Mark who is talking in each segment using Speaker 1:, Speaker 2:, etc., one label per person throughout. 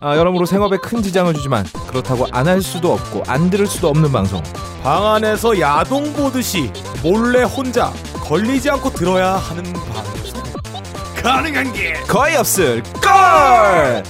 Speaker 1: 아, 여러모로 생업에 큰 지장을 주지만 그렇다고 안 할 수도 없고 안 들을 수도 없는 방송.
Speaker 2: 방 안에서 야동 보듯이 몰래 혼자 걸리지 않고 들어야 하는 방송. 가능한 게
Speaker 1: 거의 없을 걸.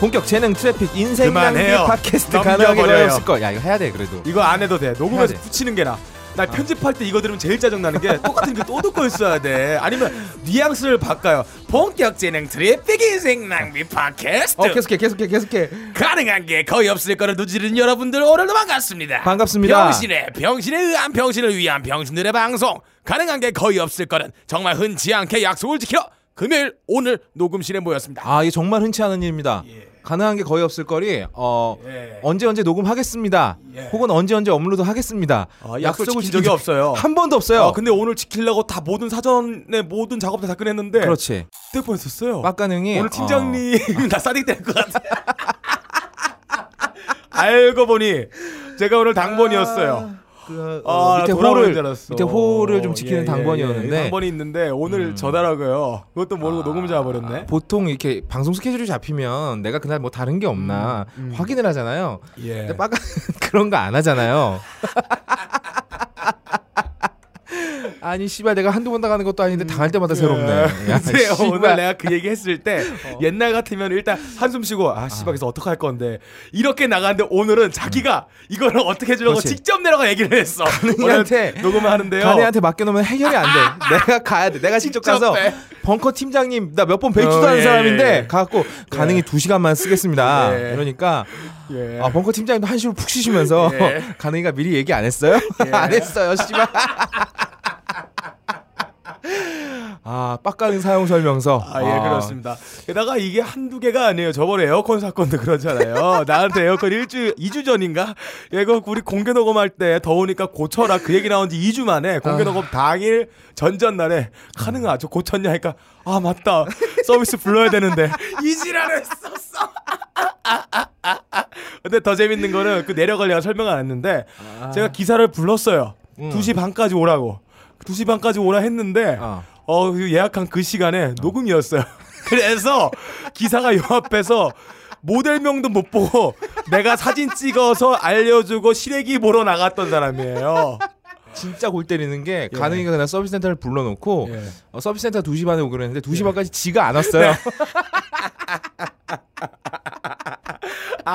Speaker 1: 본격 재능 트래픽 인생 낭비
Speaker 2: 그만해요.
Speaker 1: 팟캐스트 가능하게 거의
Speaker 2: 넘겨버려요.
Speaker 1: 없을 걸. 야 이거 해야 돼 그래도.
Speaker 2: 이거 안 해도 돼.
Speaker 1: 해야
Speaker 2: 녹음해서
Speaker 1: 돼.
Speaker 2: 붙이는 게 나.
Speaker 1: 아.
Speaker 2: 나 편집할 때 이거 들으면 제일 짜증나는 게 똑같은 게 또 듣고 있어야 돼. 아니면 뉘앙스를 바꿔요. 본격 재능 트래픽 인생 낭비 팟캐스트.
Speaker 1: 어 계속해 계속해 계속해.
Speaker 2: 가능한 게 거의 없을 거를 누지른 여러분들 오늘도 반갑습니다.
Speaker 1: 반갑습니다.
Speaker 2: 병신의 병신에 의한 병신을 위한 병신들의 방송. 가능한 게 거의 없을 거는 정말 흔치 않게 약속을 지키러 금요일 오늘 녹음실에 모였습니다.
Speaker 1: 아 이게 정말 흔치 않은 일입니다. 가능한 게 거의 없을 거리. 어
Speaker 2: 예.
Speaker 1: 언제 언제 녹음하겠습니다. 혹은 언제 언제 업로드 하겠습니다.
Speaker 2: 아, 약속 지킨 적이 없어요.
Speaker 1: 한 번도 없어요.
Speaker 2: 아, 근데 오늘 지키려고 다 모든 사전에 모든 작업 다 끝냈는데
Speaker 1: 그렇지.
Speaker 2: 뜰 뻔했었어요.
Speaker 1: 빡가능이 어.
Speaker 2: 오늘 팀장님 나 싸dik 될것 같아. 알고 보니 제가 오늘 당번이었어요.
Speaker 1: 그,
Speaker 2: 아,
Speaker 1: 어, 밑에
Speaker 2: 돌아오는
Speaker 1: 호를
Speaker 2: 줄 알았어.
Speaker 1: 밑에 호를 좀 지키는
Speaker 2: 예, 예,
Speaker 1: 당번이었는데 음.
Speaker 2: 예. 당번이 있는데 오늘 저다라고요. 그것도 모르고 녹음 잡아버렸네.
Speaker 1: 보통 이렇게 방송 스케줄이 잡히면 내가 그날 뭐 다른 게 없나 확인을 하잖아요.
Speaker 2: 음, 예.
Speaker 1: 근데 빠가 그런 거 안 하잖아요. 아니 씨발 내가 한두 번 당하는 것도 아닌데 당할 때마다 새롭네. 야,
Speaker 2: 근데
Speaker 1: 씨발.
Speaker 2: 음, 예.
Speaker 1: 어.
Speaker 2: 오늘 내가 그 얘기 했을 때 옛날 같으면 일단 한숨 쉬고 아 씨발 그래서 어떡할 건데 이렇게 나가는데 오늘은 자기가 이걸 어떻게 해주려고
Speaker 1: 음. 그렇지.
Speaker 2: 직접 내려가 얘기를 했어
Speaker 1: 가능이한테-
Speaker 2: 오늘 녹음을 하는데요
Speaker 1: 가네한테 맡겨놓으면 해결이 안 돼. 내가 가야 돼. 내가 직접 가서
Speaker 2: 직접 해.
Speaker 1: 벙커 팀장님 나 몇 번 뵙지도
Speaker 2: 어,
Speaker 1: 않은
Speaker 2: 예,
Speaker 1: 사람인데
Speaker 2: 예.
Speaker 1: 가갖고 가능히 두 시간만 쓰겠습니다.
Speaker 2: 예.
Speaker 1: 이러니까
Speaker 2: 예.
Speaker 1: 아 벙커 팀장님도 한숨을 푹 쉬시면서
Speaker 2: 예.
Speaker 1: 가능이가 미리 얘기 안 했어요? 안 했어요, 씨발. 아 빡가는 사용 설명서.
Speaker 2: 아, 예, 그렇습니다. 게다가 이게 한두 개가 아니에요. 저번에 에어컨 사건도 그렇잖아요. 나한테 에어컨 일주, 2주 전인가? 예, 그 우리 공개 녹음할 때 더우니까 고쳐라. 그 얘기 나온 지 2주 만에 공개 녹음 당일 전전날에 가능아, 저 고쳤냐? 하니까 아, 맞다. 서비스 불러야 되는데. 이지랄 했었어. 근데 더 재밌는 거는 그 내려갈 내가 설명 안 했는데 제가 기사를 불렀어요. 2시 반까지 오라고. 2시 반까지 오라 했는데
Speaker 1: 아.
Speaker 2: 어, 그 예약한 그 시간에 녹음이었어요. 그래서 기사가 요 앞에서 모델명도 못 보고 내가 사진 찍어서 알려주고 시래기 보러 나갔던 사람이에요.
Speaker 1: 아. 진짜 골 때리는 게 가능이가 그냥 서비스 센터를 불러놓고
Speaker 2: 예.
Speaker 1: 어, 서비스 센터 2시 반에 오기로 했는데 2시 반까지 지가 안 왔어요.
Speaker 2: 아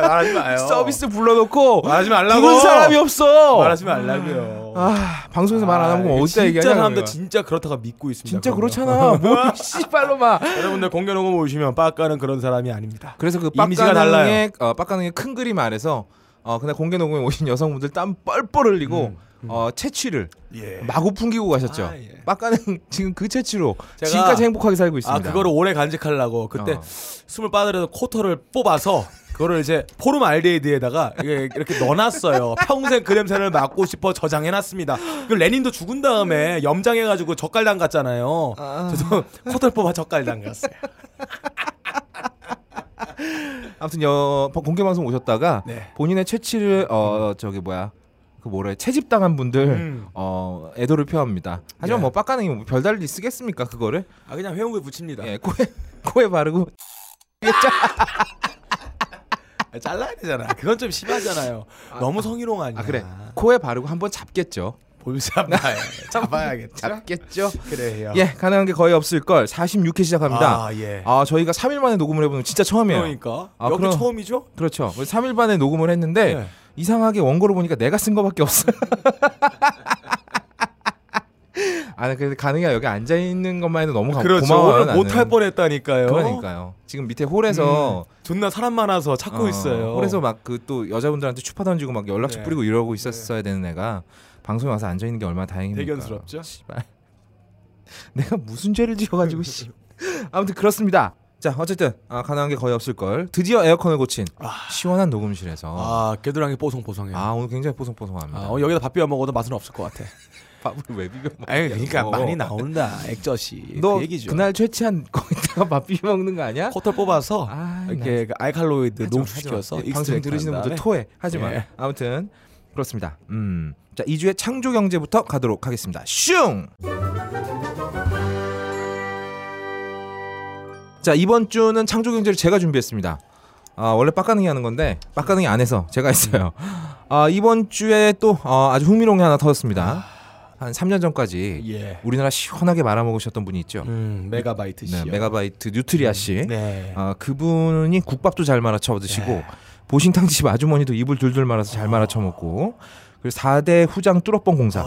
Speaker 2: 말하지 마요.
Speaker 1: 서비스 불러놓고
Speaker 2: 말하지 네. 어. 말라고.
Speaker 1: 부른 사람이 없어.
Speaker 2: 말하지 말라고요.
Speaker 1: 아 방송에서 말 안 하면
Speaker 2: 이게
Speaker 1: 어디다 얘기하냐.
Speaker 2: 진짜 사람들
Speaker 1: 내가.
Speaker 2: 진짜 그렇다고 믿고 있습니다.
Speaker 1: 진짜
Speaker 2: 그러면.
Speaker 1: 그렇잖아. 뭐 씨발로 막.
Speaker 2: 여러분들 공개 녹음 오시면 빠까는 그런 사람이 아닙니다.
Speaker 1: 그래서 그
Speaker 2: 이미지가
Speaker 1: 빡가능의 어, 빡가능의 큰 그림 아래서 어 그날 공개 녹음에 오신 여성분들 땀 뻘뻘 흘리고 어 채취를
Speaker 2: 음, 예.
Speaker 1: 마구 풍기고 가셨죠.
Speaker 2: 아, 예.
Speaker 1: 빡가능 지금 그 채취로
Speaker 2: 제가-
Speaker 1: 지금까지 행복하게 살고
Speaker 2: 아
Speaker 1: 있습니다.
Speaker 2: 그거를 오래 간직하려고 그때
Speaker 1: 어.
Speaker 2: 숨을 빠들여서 코터를 뽑아서 그거를 이제 포름 알데히드에다가 이게 이렇게 넣어놨어요. 평생 그 냄새를 맡고 싶어 저장해놨습니다. 그 레닌도 죽은 다음에 염장해가지고 젓갈당 갔잖아요. 저도 코터를 뽑아 젓갈당 갔어요.
Speaker 1: 아무튼 여 공개 방송 오셨다가
Speaker 2: 네.
Speaker 1: 본인의 채취를 어 저기 뭐야 그 뭐래 채집당한 분들
Speaker 2: 음.
Speaker 1: 어 애도를 표합니다. 하지만
Speaker 2: 예.
Speaker 1: 뭐 빡가능이 뭐 별달리 쓰겠습니까 그거를?
Speaker 2: 아 그냥 회원구에 붙입니다.
Speaker 1: 예 코에 코에 바르고
Speaker 2: 아, 잘라야 되잖아. 그건 좀 심하잖아요. 너무 성희롱 아니야.
Speaker 1: 아 그래 코에 바르고 한번 잡겠죠.
Speaker 2: 볼 잡아야 잡아야겠죠.
Speaker 1: 잡겠죠.
Speaker 2: 그래요.
Speaker 1: 예, 가능한 게 거의 없을 걸 46회 시작합니다.
Speaker 2: 아, 예.
Speaker 1: 아, 저희가 3일 만에 녹음을 해보는 거 진짜 처음이에요.
Speaker 2: 그러니까
Speaker 1: 아,
Speaker 2: 여기
Speaker 1: 그럼-
Speaker 2: 처음이죠?
Speaker 1: 그렇죠. 3일 만에 녹음을 했는데
Speaker 2: 네.
Speaker 1: 이상하게 원고를 보니까 내가 쓴 거밖에 없어. 요 아, 근데 가능이야 여기 앉아 있는 것만 해도 너무 가- 어, 고마워요.
Speaker 2: 그렇죠. 오늘 못할
Speaker 1: 나는.
Speaker 2: 뻔했다니까요.
Speaker 1: 그러니까요. 지금 밑에 홀에서
Speaker 2: 존나 사람 많아서 찾고
Speaker 1: 어,
Speaker 2: 있어요. 그러니까.
Speaker 1: 홀에서 막 그 또 여자분들한테 추파 던지고 막 연락처
Speaker 2: 네.
Speaker 1: 뿌리고 이러고 있었어야 되는 애가 방송에 와서 앉아 있는 게 얼마나 다행입니까.
Speaker 2: 대견스럽죠?
Speaker 1: 씨발. 내가 무슨 죄를 지어가지고 씨. 아무튼 그렇습니다. 자 어쨌든 아, 가능한 게 거의 없을 걸. 드디어 에어컨을 고친 시원한 녹음실에서 아,
Speaker 2: 아 겨드랑이 뽀송뽀송해요. 아,
Speaker 1: 오늘 굉장히 뽀송뽀송합니다.
Speaker 2: 어, 여기다 밥 비벼 먹어도 맛은 없을 것 같아.
Speaker 1: 밥을 왜 비벼 먹어?
Speaker 2: 아니 그러니까
Speaker 1: 어.
Speaker 2: 많이 나온다 액젓이
Speaker 1: 너
Speaker 2: 그 얘기죠.
Speaker 1: 그날 채취한 거기다가 밥 비벼 먹는 거 아니야?
Speaker 2: 코털 뽑아서
Speaker 1: 아,
Speaker 2: 이렇게 그 알칼로이드 농축시켜서
Speaker 1: 이 예, 방송
Speaker 2: 익스트랙트한
Speaker 1: 들으시는 분들
Speaker 2: 다음에
Speaker 1: 토해 하지만
Speaker 2: 예.
Speaker 1: 아무튼 그렇습니다. 음. 자, 2주의 창조 경제부터 가도록 하겠습니다. 슝! 자, 이번 주는 창조 경제를 제가 준비했습니다. 아, 원래 빡가능이 하는 건데 빡가능이 안 해서 제가 했어요. 아, 이번 주에 또 어, 아주 흥미로운 게 하나 터졌습니다. 한 3년 전까지
Speaker 2: 예.
Speaker 1: 우리나라 시원하게 말아먹으셨던 분이 있죠.
Speaker 2: 음, 메가바이트
Speaker 1: 네,
Speaker 2: 씨.
Speaker 1: 메가바이트 뉴트리아 씨.
Speaker 2: 네.
Speaker 1: 아, 그분이 국밥도 잘 말아쳐 드시고 보신탕 집 아주머니도 입을 둘둘 말아서 잘 말아쳐 먹고 그리고 4대 후장 뚜러뻥 공사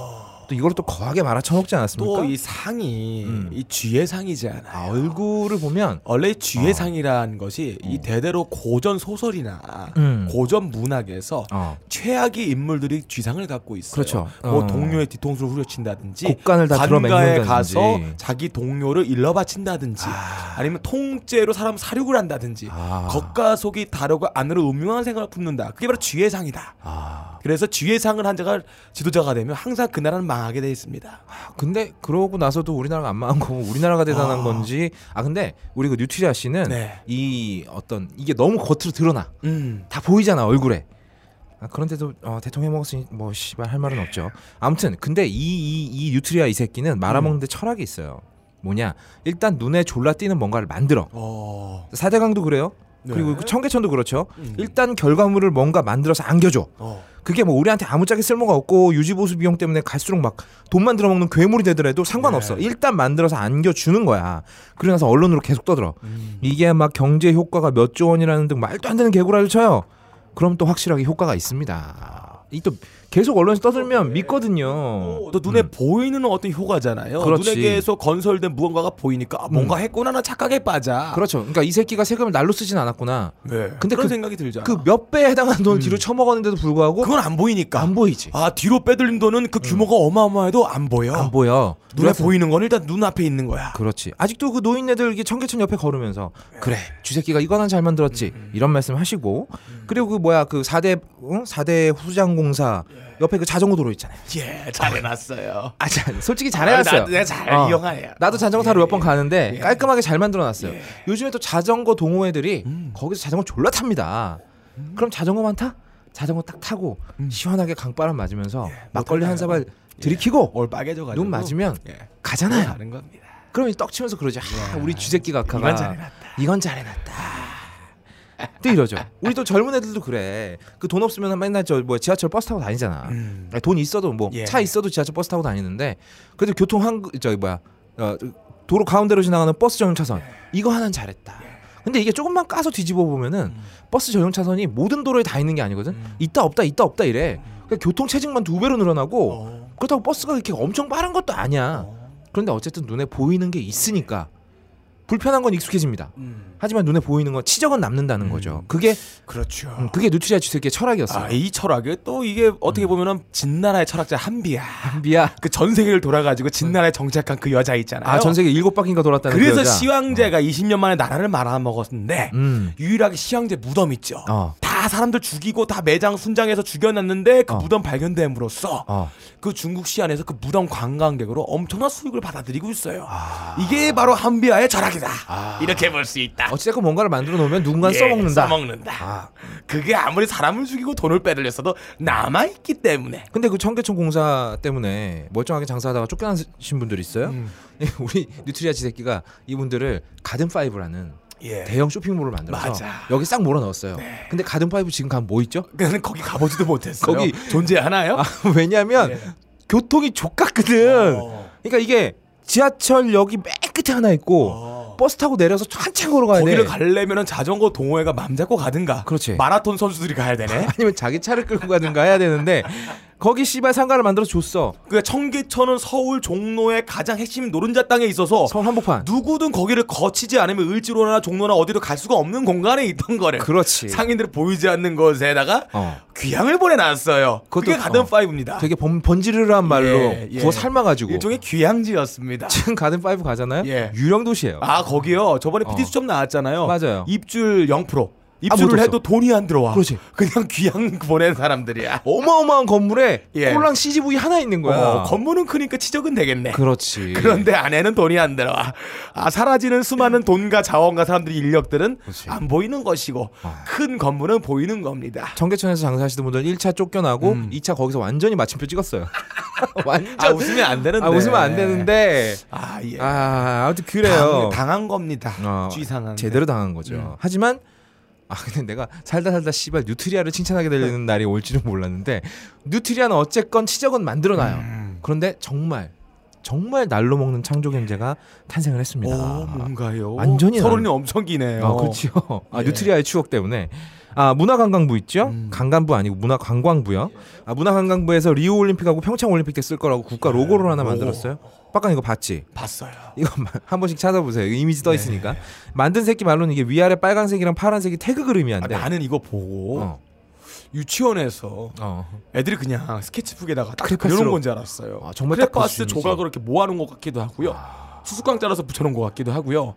Speaker 1: 또 이걸 또 거하게 말아쳐 먹지
Speaker 2: 또
Speaker 1: 않았습니까?
Speaker 2: 이 상이
Speaker 1: 음.
Speaker 2: 이 쥐의 상이잖아.
Speaker 1: 아, 얼굴을 보면
Speaker 2: 원래 쥐의
Speaker 1: 어.
Speaker 2: 상이라는 것이 이 대대로 고전 소설이나
Speaker 1: 음.
Speaker 2: 고전 문학에서
Speaker 1: 어,
Speaker 2: 최악의 인물들이 쥐상을 갖고 있어요.
Speaker 1: 그렇죠.
Speaker 2: 뭐
Speaker 1: 어.
Speaker 2: 동료의 뒤통수를 후려친다든지
Speaker 1: 곡간을 다
Speaker 2: 관가에
Speaker 1: 들어맹는다든지
Speaker 2: 가서 자기 동료를 일러바친다든지 아... 니면 통째로 사람 사륙을 한다든지
Speaker 1: 아.
Speaker 2: 겉과 속이 다르고 안으로 음흉한 생각을 품는다. 그게 바로 쥐의 상이다.
Speaker 1: 아,
Speaker 2: 그래서 쥐의 상을 한 자가 지도자가 되면 항상 그 나라는 망하게 돼 있습니다.
Speaker 1: 근데 그러고 나서도 우리나라가 안 망한 거고 우리나라가 대단한 건지 아 근데 우리 그 뉴트리아 씨는
Speaker 2: 네.
Speaker 1: 이 어떤 이게 너무 겉으로 드러나
Speaker 2: 음.
Speaker 1: 다 보이잖아 얼굴에. 아, 그런데도 어, 대통령 먹었으니 뭐 씨발 할 말은 없죠. 아무튼 근데 이 이 이 뉴트리아 이 새끼는 말아먹는데
Speaker 2: 음.
Speaker 1: 철학이 있어요. 뭐냐 일단 눈에 졸라 띄는 뭔가를 만들어.
Speaker 2: 어.
Speaker 1: 사대강도 그래요.
Speaker 2: 네.
Speaker 1: 그리고 그 청계천도 그렇죠.
Speaker 2: 음.
Speaker 1: 일단 결과물을 뭔가 만들어서 안겨줘.
Speaker 2: 어.
Speaker 1: 그게 뭐 우리한테 아무짝에 쓸모가 없고 유지보수 비용 때문에 갈수록 막 돈 만들어 먹는 괴물이 되더라도 상관없어.
Speaker 2: 네.
Speaker 1: 일단 만들어서 안겨주는 거야. 그러고 나서 언론으로 계속 떠들어.
Speaker 2: 음.
Speaker 1: 이게 막 경제 효과가 몇 조 원이라는 등 말도 안 되는 개구라를 쳐요. 그럼 또 확실하게 효과가 있습니다. 이 또 계속 언론에서 떠들면 믿거든요.
Speaker 2: 또 어, 눈에
Speaker 1: 음.
Speaker 2: 보이는 어떤 효과잖아요.
Speaker 1: 그렇지. 음.
Speaker 2: 눈에 계속 건설된 무언가가 보이니까 아, 뭔가 했구나 나 착각에 빠져.
Speaker 1: 그렇죠. 그러니까 이 새끼가 세금을 날로 쓰진 않았구나.
Speaker 2: 네.
Speaker 1: 근데
Speaker 2: 그런
Speaker 1: 그-
Speaker 2: 생각이 들잖아.
Speaker 1: 그 몇 배에 해당하는 돈을
Speaker 2: 음.
Speaker 1: 뒤로 쳐먹었는데도 불구하고
Speaker 2: 그건 안 보이니까.
Speaker 1: 뭐 안 보이지.
Speaker 2: 아 뒤로 빼들린 돈은 그 규모가 어마어마해도 안 보여.
Speaker 1: 안 보여.
Speaker 2: 눈에
Speaker 1: 그래서-
Speaker 2: 보이는 건 일단 눈 앞에 있는 거야.
Speaker 1: 그렇지. 아직도 그 노인네들 이게 청계천 옆에 걸으면서
Speaker 2: 네.
Speaker 1: 그래 주새끼가 이거는 잘 만들었지
Speaker 2: 음,
Speaker 1: 이런 말씀하시고 그리고 그 뭐야 그 4대 응? 4대 후장공사 옆에 그 자전거 도로 있잖아요.
Speaker 2: 예, 잘해놨어요.
Speaker 1: 아, 자, 솔직히 잘해놨어요.
Speaker 2: 아, 나- 내가 잘
Speaker 1: 어.
Speaker 2: 이용하네요.
Speaker 1: 나도 자전거 타러 몇 번 가는데
Speaker 2: 예.
Speaker 1: 깔끔하게 잘 만들어놨어요. 요즘에 또 자전거 동호회들이
Speaker 2: 음.
Speaker 1: 거기서 자전거 졸라 탑니다. 그럼 자전거만 타? 자전거 딱 타고
Speaker 2: 음.
Speaker 1: 시원하게 강바람 맞으면서
Speaker 2: 예,
Speaker 1: 막걸리 한 사발 들이키고
Speaker 2: 얼 빨개져가지고
Speaker 1: 눈 맞으면
Speaker 2: 예.
Speaker 1: 가잖아요.
Speaker 2: 다른 겁니다.
Speaker 1: 그럼 이제 떡 치면서 그러지. 아, 우리 쥐새끼 각하가
Speaker 2: 네. 이건 잘해놨다.
Speaker 1: 이건 잘해놨다. 또 이러죠. 우리 또 젊은 애들도 그래. 그 돈 없으면 맨날 저 뭐 지하철 버스 타고 다니잖아.
Speaker 2: 음.
Speaker 1: 아니, 돈 있어도 뭐
Speaker 2: 예.
Speaker 1: 차 있어도 지하철 버스 타고 다니는데 그래도 교통 한 저기 뭐야 어, 도로 가운데로 지나가는 버스 전용
Speaker 2: 예.
Speaker 1: 차선 이거 하나는 잘했다. 근데 이게 조금만 까서 뒤집어 보면은
Speaker 2: 음.
Speaker 1: 버스 전용 차선이 모든 도로에 다 있는 게 아니거든. 있다 없다 있다 없다 이래. 그러니까 교통 체증만 두 배로 늘어나고
Speaker 2: 음. 어.
Speaker 1: 그렇다고 버스가 이렇게 엄청 빠른 것도 아니야. 그런데 어쨌든 눈에 보이는 게 있으니까 불편한 건 익숙해집니다.
Speaker 2: 음.
Speaker 1: 하지만 눈에 보이는 건 치적은 남는다는 거죠. 그게
Speaker 2: 그렇죠.
Speaker 1: 음, 그게 누트리아 주석의 철학이었어요.
Speaker 2: 음. 아, 이 철학이 또 이게 어떻게 보면은 진나라의 철학자 한비야.
Speaker 1: 미야.
Speaker 2: 그 전 세계를 돌아가지고 진나라에 정착한 그 여자 있잖아요.
Speaker 1: 아 전 세계 일곱 바퀴인가 돌았다는
Speaker 2: 그래서
Speaker 1: 그 여자.
Speaker 2: 시황제가 20년 만에 나라를 말아먹었는데
Speaker 1: 음.
Speaker 2: 유일하게 시황제 무덤 있죠.
Speaker 1: 어.
Speaker 2: 다 사람들 죽이고 다 매장 순장해서 죽여놨는데 그
Speaker 1: 어.
Speaker 2: 무덤 발견됨으로써
Speaker 1: 어.
Speaker 2: 그 중국 시안에서 그 무덤 관광객으로 엄청난 수익을 받아들이고 있어요. 이게 바로 한비아의 철학이다. 이렇게 볼 수 있다.
Speaker 1: 어찌됐건 뭔가를 만들어 놓으면 누군가
Speaker 2: 예,
Speaker 1: 써먹는다.
Speaker 2: 써먹는다.
Speaker 1: 아.
Speaker 2: 그게 아무리 사람을 죽이고 돈을 빼돌렸어도 남아 있기 때문에.
Speaker 1: 근데 그 청계천 공사 때문에 멀쩡하게 장사하다가 쫓겨나신 분들 있어요.
Speaker 2: 음.
Speaker 1: 예, 우리 뉴트리아 지새끼가 이분들을 가든 파이브라는
Speaker 2: 예.
Speaker 1: 대형 쇼핑몰을 만들어서
Speaker 2: 맞아. 네.
Speaker 1: 여기 싹 몰아 넣었어요. 근데 가든 파이브 지금 가면 뭐 있죠?
Speaker 2: 그는 거기 가보지도 못했어요.
Speaker 1: 거기-
Speaker 2: 존재하나요?
Speaker 1: 아, 왜냐하면 교통이 족같거든.
Speaker 2: 네. 어.
Speaker 1: 그러니까 이게 지하철역이 맨 끝에 하나 있고
Speaker 2: 어.
Speaker 1: 버스 타고 내려서 한참 걸어가야 돼.
Speaker 2: 거기를 가려면은 자전거 동호회가 맘 잡고 가든가.
Speaker 1: 그렇지.
Speaker 2: 마라톤 선수들이 가야 되네.
Speaker 1: 아니면 자기 차를 끌고 가든가 해야 되는데 거기 씨발 상가를 만들어 줬어.
Speaker 2: 그 청계천은 서울 종로의 가장 핵심 노른자 땅에 있어서
Speaker 1: 서울 한복판.
Speaker 2: 누구든 거기를 거치지 않으면 을지로나 종로나 어디로 갈 수가 없는 공간에 있던 거를
Speaker 1: 그렇지.
Speaker 2: 상인들 보이지 않는 곳에다가
Speaker 1: 어.
Speaker 2: 귀향을 보내놨어요.
Speaker 1: 그것도-
Speaker 2: 그게 가든
Speaker 1: 어.
Speaker 2: 파이브입니다.
Speaker 1: 되게 번, 번지르르한 말로
Speaker 2: 예, 예.
Speaker 1: 구워 삶아가지고
Speaker 2: 일종의 귀향지였습니다.
Speaker 1: 지금 가든 파이브 가잖아요.
Speaker 2: 예.
Speaker 1: 유령 도시예요.
Speaker 2: 아 거기요 저번에
Speaker 1: 어.
Speaker 2: PD 수첩 나왔잖아요.
Speaker 1: 맞아요.
Speaker 2: 입줄 0% 입주를
Speaker 1: 못
Speaker 2: 해도 돈이 안 들어와.
Speaker 1: 그렇지.
Speaker 2: 그냥 귀양 보내는 사람들이야.
Speaker 1: 어마어마한 건물에
Speaker 2: 예.
Speaker 1: 꼴랑 CGV 하나 있는 거야.
Speaker 2: 어, 건물은 크니까 치적은 되겠네.
Speaker 1: 그렇지.
Speaker 2: 그런데 안에는 돈이 안 들어와. 아, 사라지는 수많은 돈과 자원과 사람들의 인력들은
Speaker 1: 그렇지. 어.
Speaker 2: 안 보이는 것이고 큰 건물은 보이는 겁니다.
Speaker 1: 청계천에서 장사하시던 분들 1차 쫓겨나고
Speaker 2: 음.
Speaker 1: 2차 거기서 완전히 마침표 찍었어요. 완전
Speaker 2: 아, 웃으면 안 되는데.
Speaker 1: 아, 웃으면 안 되는데
Speaker 2: 아, 네. 예.
Speaker 1: 아 아무튼 그래요.
Speaker 2: 당, 당한 겁니다. 음.
Speaker 1: 어,
Speaker 2: 쥐상한.
Speaker 1: 제대로 당한 거죠. 하지만 아 근데 내가 살다 살다 씨발 뉴트리아를 칭찬하게
Speaker 2: 네.
Speaker 1: 되는 날이 올 줄은 몰랐는데 뉴트리아는 어쨌건 치적은 만들어놔요.
Speaker 2: 음.
Speaker 1: 그런데 정말 정말 날로 먹는 창조 경제가 탄생을 했습니다.
Speaker 2: 어, 뭔가요?
Speaker 1: 완전히
Speaker 2: 서론이 엄청 기네요.
Speaker 1: 아, 그렇죠. 아,
Speaker 2: 예.
Speaker 1: 뉴트리아의 추억 때문에. 아, 문화관광부 있죠?
Speaker 2: 음.
Speaker 1: 관광부 아니고 문화관광부요. 아, 문화관광부에서 리우 올림픽하고 평창 올림픽 때 쓸 거라고 국가 로고를 하나
Speaker 2: 로고.
Speaker 1: 만들었어요. 빡간 이거 봤지?
Speaker 2: 봤어요.
Speaker 1: 이거 한 번씩 찾아보세요. 이거 이미지
Speaker 2: 네.
Speaker 1: 떠 있으니까. 만든 새끼 말로는 이게 위아래 빨간색이랑 파란색이 태그
Speaker 2: 아,
Speaker 1: 그림이한데.
Speaker 2: 나는 이거 보고
Speaker 1: 어.
Speaker 2: 유치원에서
Speaker 1: 어.
Speaker 2: 애들이 그냥 스케치북에다가 딱
Speaker 1: 크레파스로-
Speaker 2: 그려놓은 건줄 알았어요.
Speaker 1: 아, 정말 딱
Speaker 2: 크레파스
Speaker 1: 그려진
Speaker 2: 조각으로 이렇게 모아놓은 것 같기도 하고요. 수수깡 자라서 붙여놓은 것 같기도 하고요.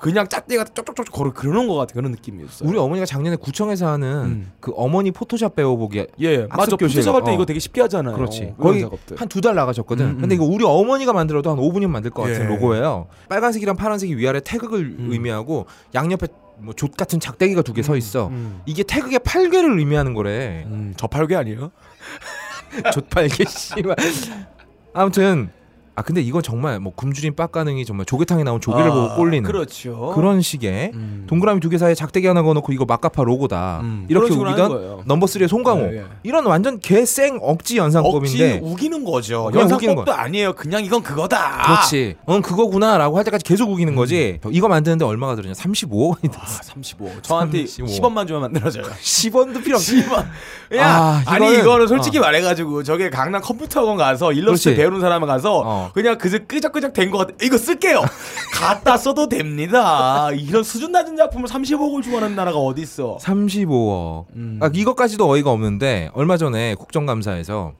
Speaker 2: 그냥 짝대가 쪽쪽쪽 걸어 그려놓은 것 같은 그런 느낌이었어요.
Speaker 1: 우리 어머니가 작년에 구청에서 하는
Speaker 2: 음.
Speaker 1: 그 어머니 포토샵 배워보기
Speaker 2: 예, 맞아.
Speaker 1: 학습 교실에-
Speaker 2: 포토샵 할때
Speaker 1: 어.
Speaker 2: 이거 되게 쉽게 하잖아요.
Speaker 1: 그렇지.
Speaker 2: 거기
Speaker 1: 거의
Speaker 2: 네, 어, 작업들.
Speaker 1: 한 두 달 나가셨거든.
Speaker 2: 음, 음.
Speaker 1: 근데 이거 우리 어머니가 만들어도 한 5분이면 만들 것 같은
Speaker 2: 예.
Speaker 1: 로고예요. 빨간색이랑 파란색이 위아래 태극을
Speaker 2: 음.
Speaker 1: 의미하고 양옆에 뭐 족 같은 작대기가 두 개 서 있어.
Speaker 2: 음.
Speaker 1: 이게 태극의 팔괘를 의미하는 거래.
Speaker 2: 음, 저팔계 아니에요?
Speaker 1: 족팔개 씨발. 아무튼 아 근데 이건 정말 뭐 굶주린 빡가능이 정말 조개탕에 나온 조개를
Speaker 2: 아,
Speaker 1: 보고 꼴리는
Speaker 2: 그렇죠.
Speaker 1: 그런 식의
Speaker 2: 음.
Speaker 1: 동그라미 두 개 사이에 작대기 하나 넣어놓고 이거 막가파 로고다.
Speaker 2: 음, 그런
Speaker 1: 이렇게
Speaker 2: 식으로 하는 거예요.
Speaker 1: 우기던 넘버 3의 송강호.
Speaker 2: 예, 예.
Speaker 1: 이런 완전 개생 억지 연상법인데.
Speaker 2: 억지 우기는 거죠.
Speaker 1: 그냥 우기는
Speaker 2: 연상법도 아니에요. 그냥 이건 그거다.
Speaker 1: 그렇지. 응 그거구나라고 할 때까지 계속
Speaker 2: 음.
Speaker 1: 우기는 거지. 이거 만드는데 얼마가 들었냐? 35억 원이
Speaker 2: 아,
Speaker 1: 들었어.
Speaker 2: 35. 저한테
Speaker 1: 35.
Speaker 2: 10원만 주면 만들어져요.
Speaker 1: 10원도 필요 없어.
Speaker 2: 10원. 야,
Speaker 1: 아,
Speaker 2: 아, 니
Speaker 1: 이거는-
Speaker 2: 이거는 솔직히 말해가지고 저게 강남 컴퓨터학원 가서 일러스트
Speaker 1: 그렇지.
Speaker 2: 배우는 사람 가서
Speaker 1: 어.
Speaker 2: 그냥 그저 끄적끄적 된 거 같아. 이거 쓸게요. 갖다 써도 됩니다. 이런 수준 낮은 작품을 30억을 주관하는 나라가 어디 있어?
Speaker 1: 35억.
Speaker 2: 음.
Speaker 1: 아, 이것까지도 어이가 없는데 얼마 전에 국정감사에서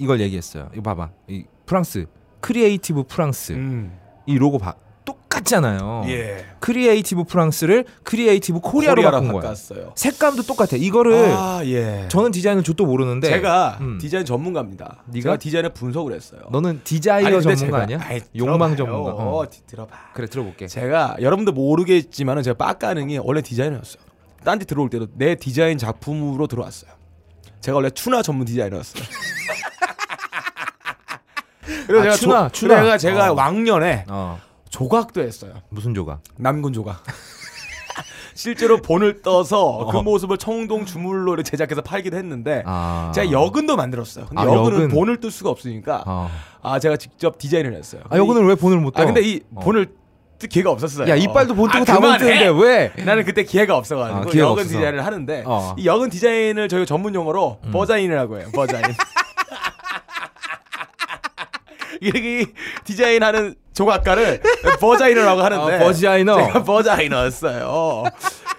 Speaker 1: 이걸 얘기했어요. 이거 봐봐. 이 프랑스 크리에이티브 프랑스
Speaker 2: 음.
Speaker 1: 이 로고 봐. 똑같잖아요.
Speaker 2: 예.
Speaker 1: 크리에이티브 프랑스를 크리에이티브 코리아로
Speaker 2: 코리아로
Speaker 1: 바꾼 어. 거야.
Speaker 2: 바꿨어요.
Speaker 1: 색감도 똑같아. 이거를
Speaker 2: 아, 예.
Speaker 1: 저는 디자인을 줘도 모르는데
Speaker 2: 제가
Speaker 1: 음.
Speaker 2: 디자인 전문가입니다.
Speaker 1: 네가?
Speaker 2: 제가 디자인을 분석을 했어요.
Speaker 1: 너는 디자이너
Speaker 2: 근데
Speaker 1: 전문가
Speaker 2: 제가-
Speaker 1: 아니야?
Speaker 2: 아이,
Speaker 1: 욕망
Speaker 2: 들어봐요.
Speaker 1: 전문가. 어.
Speaker 2: 어, 디- 들어봐.
Speaker 1: 그래 들어볼게.
Speaker 2: 제가 여러분들 모르겠지만은 제가 빡가능이 원래 디자이너였어요. 딴 데 들어올 때도 내 디자인 작품으로 들어왔어요. 제가 원래 추나 전문 디자이너였어요. 그래서
Speaker 1: 아,
Speaker 2: 제가
Speaker 1: 추나,
Speaker 2: 조,
Speaker 1: 추나.
Speaker 2: 그래서 제가
Speaker 1: 어.
Speaker 2: 왕년에
Speaker 1: 어.
Speaker 2: 조각도 했어요.
Speaker 1: 무슨 조각?
Speaker 2: 남군 조각. 실제로 본을 떠서 그
Speaker 1: 어.
Speaker 2: 모습을 청동 주물로 이렇게 제작해서 팔기도 했는데
Speaker 1: 아.
Speaker 2: 제가 여근도 만들었어요. 근데
Speaker 1: 아,
Speaker 2: 여근은
Speaker 1: 여근.
Speaker 2: 본을 뜰 수가 없으니까
Speaker 1: 어.
Speaker 2: 아 제가 직접 디자인을 했어요.
Speaker 1: 아 여기는 왜 본을 못 떠?
Speaker 2: 아 근데 이
Speaker 1: 어.
Speaker 2: 본을 뜰 기회가 없었어요.
Speaker 1: 야 이빨도 본 뜨고
Speaker 2: 아,
Speaker 1: 다 못
Speaker 2: 그만해!
Speaker 1: 뜨는데 왜?
Speaker 2: 나는 그때 기회가 없어가지고
Speaker 1: 아, 기회가
Speaker 2: 여근
Speaker 1: 없어서.
Speaker 2: 디자인을 하는데
Speaker 1: 어. 음.
Speaker 2: 이 여근 디자인을 저희 전문 용어로 버자인이라고 해요. 버자인. 이렇게 이 디자인하는 조각가를 버자이너라고 하는데
Speaker 1: 아, 버자이너.
Speaker 2: 제가 버자이너였어요.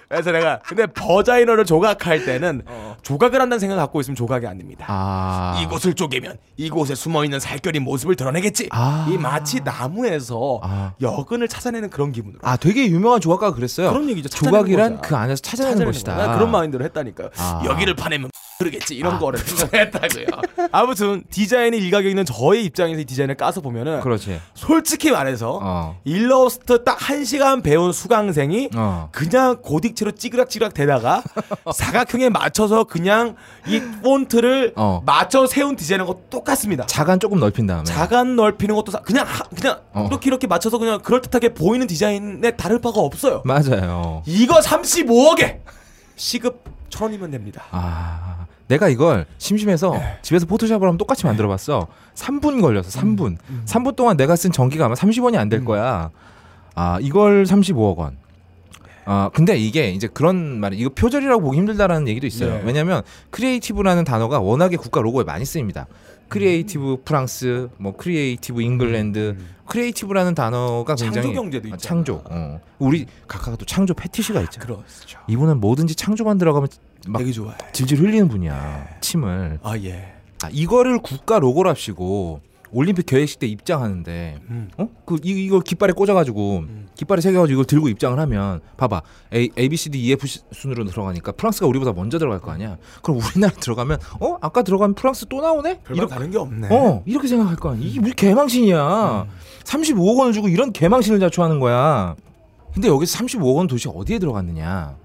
Speaker 2: 그래서 내가 근데 버자이너를 조각할 때는
Speaker 1: 어.
Speaker 2: 조각을 한다는 생각을 갖고 있으면 조각이 아닙니다.
Speaker 1: 아
Speaker 2: 이곳을 쪼개면 이곳에 숨어 있는 살결이 모습을 드러내겠지.
Speaker 1: 아.
Speaker 2: 이 마치 나무에서
Speaker 1: 아.
Speaker 2: 여근을 찾아내는 그런 기분으로.
Speaker 1: 아 되게 유명한 조각가가 그랬어요.
Speaker 2: 그런 얘기죠. 찾아내는
Speaker 1: 조각이란
Speaker 2: 거죠.
Speaker 1: 그 안에서 찾아내는, 것이다.
Speaker 2: 거구나. 그런 마인드로 했다니까요.
Speaker 1: 아.
Speaker 2: 여기를 파내면 그러겠지 이런 거를 했다고요. 아무튼 디자인의 일각에 있는 저의 입장에서 이 디자인을 까서 보면은
Speaker 1: 그렇지.
Speaker 2: 솔직히 말해서
Speaker 1: 어.
Speaker 2: 일러스트 딱 한 시간 배운 수강생이
Speaker 1: 어.
Speaker 2: 그냥 고딕체로 찌그락찌그락 대다가 사각형에 맞춰서 그냥 이 폰트를
Speaker 1: 어.
Speaker 2: 맞춰 세운 디자인하고 똑같습니다.
Speaker 1: 자간 조금 넓힌 다음에.
Speaker 2: 자간 넓히는 것도 사- 그냥 하- 그냥
Speaker 1: 네. 어.
Speaker 2: 이렇게 이렇게 맞춰서 그냥 그럴 듯하게 보이는 디자인에 다를 바가 없어요.
Speaker 1: 음. 맞아요.
Speaker 2: 이거 35억에 시급 천 원이면 됩니다.
Speaker 1: 아 내가 이걸 심심해서
Speaker 2: 예.
Speaker 1: 집에서 포토샵을 하면 똑같이 만들어봤어. 3분 걸려서
Speaker 2: 음,
Speaker 1: 3분. 3분 동안 내가 쓴 전기가 아마 30원이 안 될 거야. 아 이걸 35억 원. 아 근데 이게 이제 그런 말이 이거 표절이라고 보기 힘들다라는 얘기도 있어요.
Speaker 2: 네.
Speaker 1: 왜냐하면 크리에이티브라는 단어가 워낙에 국가 로고에 많이 쓰입니다.
Speaker 2: 음.
Speaker 1: 크리에이티브 프랑스, 뭐 크리에이티브 잉글랜드, 크리에이티브라는 단어가 굉장히
Speaker 2: 창조 경제도 있잖아.
Speaker 1: 창조. 어. 우리 각하가 또 창조 패티시가 있잖아.
Speaker 2: 그렇죠.
Speaker 1: 이분은 뭐든지 창조만 들어가면 막
Speaker 2: 되게 좋아해.
Speaker 1: 질질 흘리는 네. 분이야 침을
Speaker 2: 아 예.
Speaker 1: 아, 이거를 국가 로고랍시고 올림픽 개회식 때 입장하는데
Speaker 2: 음.
Speaker 1: 어? 그 이, 이걸 깃발에 꽂아가지고 깃발에 새겨가지고 이걸 들고 입장을 하면 봐봐 A, A B C D E F 순으로 들어가니까 프랑스가 우리보다 먼저 들어갈 거 아니야. 그럼 우리나라 들어가면 어 아까 들어간 프랑스 또 나오네? 음.
Speaker 2: 별반
Speaker 1: 이렇게
Speaker 2: 다른 게 없네.
Speaker 1: 어 이렇게 생각할 거 아니야. 이게 무슨 개망신이야. 35억 원을 주고 이런 개망신을 자초하는 거야. 근데 여기서 35억 원 도대체 어디에 들어갔느냐?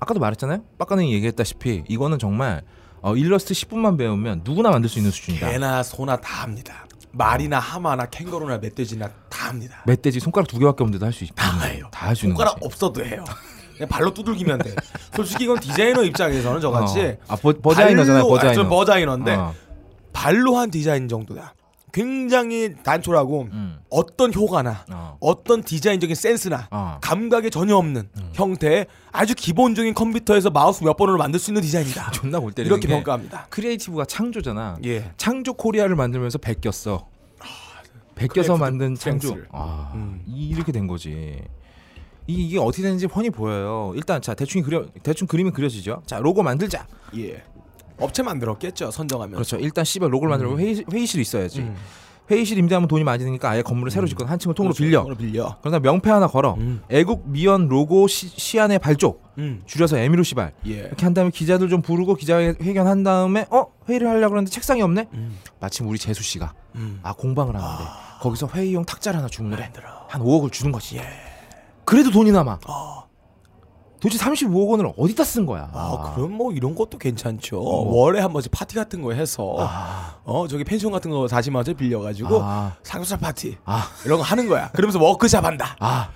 Speaker 1: 아까도 말했잖아요. 빡가능이 얘기했다시피 이거는 정말 어, 일러스트 10분만 배우면 누구나 만들 수 있는 수준이다.
Speaker 2: 개나 소나 다 합니다. 말이나 하마나 캥거루나 멧돼지나 다 합니다.
Speaker 1: 멧돼지 손가락 두 개밖에 없는데도 할 수 있다.
Speaker 2: 다 해요.
Speaker 1: 다 해주는 거지.
Speaker 2: 손가락 없어도 해요. 그냥 발로 두들기면 돼. 솔직히 이건 디자이너 입장에서는 저같이
Speaker 1: 어. 아 버, 버자이너잖아요.
Speaker 2: 발로- 아,
Speaker 1: 버자이너.
Speaker 2: 저 버자이너인데
Speaker 1: 어.
Speaker 2: 발로 한 디자인 정도다. 굉장히 단촐하고
Speaker 1: 음.
Speaker 2: 어떤 효과나
Speaker 1: 어.
Speaker 2: 어떤 디자인적인 센스나
Speaker 1: 어. 음.
Speaker 2: 감각이 전혀 없는 형태의 아주 기본적인 컴퓨터에서 마우스 몇 번으로 만들 수 있는 디자인이다.
Speaker 1: 존나 골 때리는
Speaker 2: 이렇게
Speaker 1: 게
Speaker 2: 평가합니다.
Speaker 1: 크리에이티브가 창조잖아.
Speaker 2: 예.
Speaker 1: 네. 창조 코리아를 만들면서 베꼈어. 베껴서
Speaker 2: 크리에이티브
Speaker 1: 만든 창조.
Speaker 2: 프랑스를.
Speaker 1: 아,
Speaker 2: 그 음.
Speaker 1: 이- 이렇게 된 거지. 이- 이게 어떻게 되는지 훤히 보여요. 일단 자 대충 그려 대충 그림이 그려지죠. 자 로고 만들자.
Speaker 2: 예. 업체 만들었겠죠 선정하면.
Speaker 1: 그렇죠. 일단 씨발 로고를
Speaker 2: 음.
Speaker 1: 만들고 회의, 회의실 있어야지. 회의실 임대하면 돈이 많이 드니까 아예 건물을 새로 짓거나 한 층을 통으로
Speaker 2: 그렇죠.
Speaker 1: 빌려.
Speaker 2: 통으로 빌려.
Speaker 1: 그러다 명패 하나 걸어.
Speaker 2: 음.
Speaker 1: 애국 미연 로고 시, 시안의 발족
Speaker 2: 음.
Speaker 1: 줄여서 에미로 씨발.
Speaker 2: 예.
Speaker 1: 이렇게 한 다음에 기자들 좀 부르고 기자회견 한 다음에 어 회의를 하려고 그러는데 책상이 없네.
Speaker 2: 음.
Speaker 1: 마침 우리 재수 씨가
Speaker 2: 음.
Speaker 1: 아 공방을 하는데 거기서 회의용 탁자를 하나 주문을 해.
Speaker 2: 만들어.
Speaker 1: 한 5억을 주는 거지. 그래도 돈이 남아.
Speaker 2: 아,
Speaker 1: 도대체 35억 원을 어디다 쓴 거야?
Speaker 2: 아, 그럼 뭐 이런 것도 괜찮죠.
Speaker 1: 어.
Speaker 2: 월에 한 번씩 파티 같은 거 해서
Speaker 1: 아.
Speaker 2: 어 저기 펜션 같은 거 다시 마저 빌려가지고
Speaker 1: 아.
Speaker 2: 상사 파티
Speaker 1: 아.
Speaker 2: 이런 거 하는 거야. 그러면서 워크샵 한다.
Speaker 1: 아.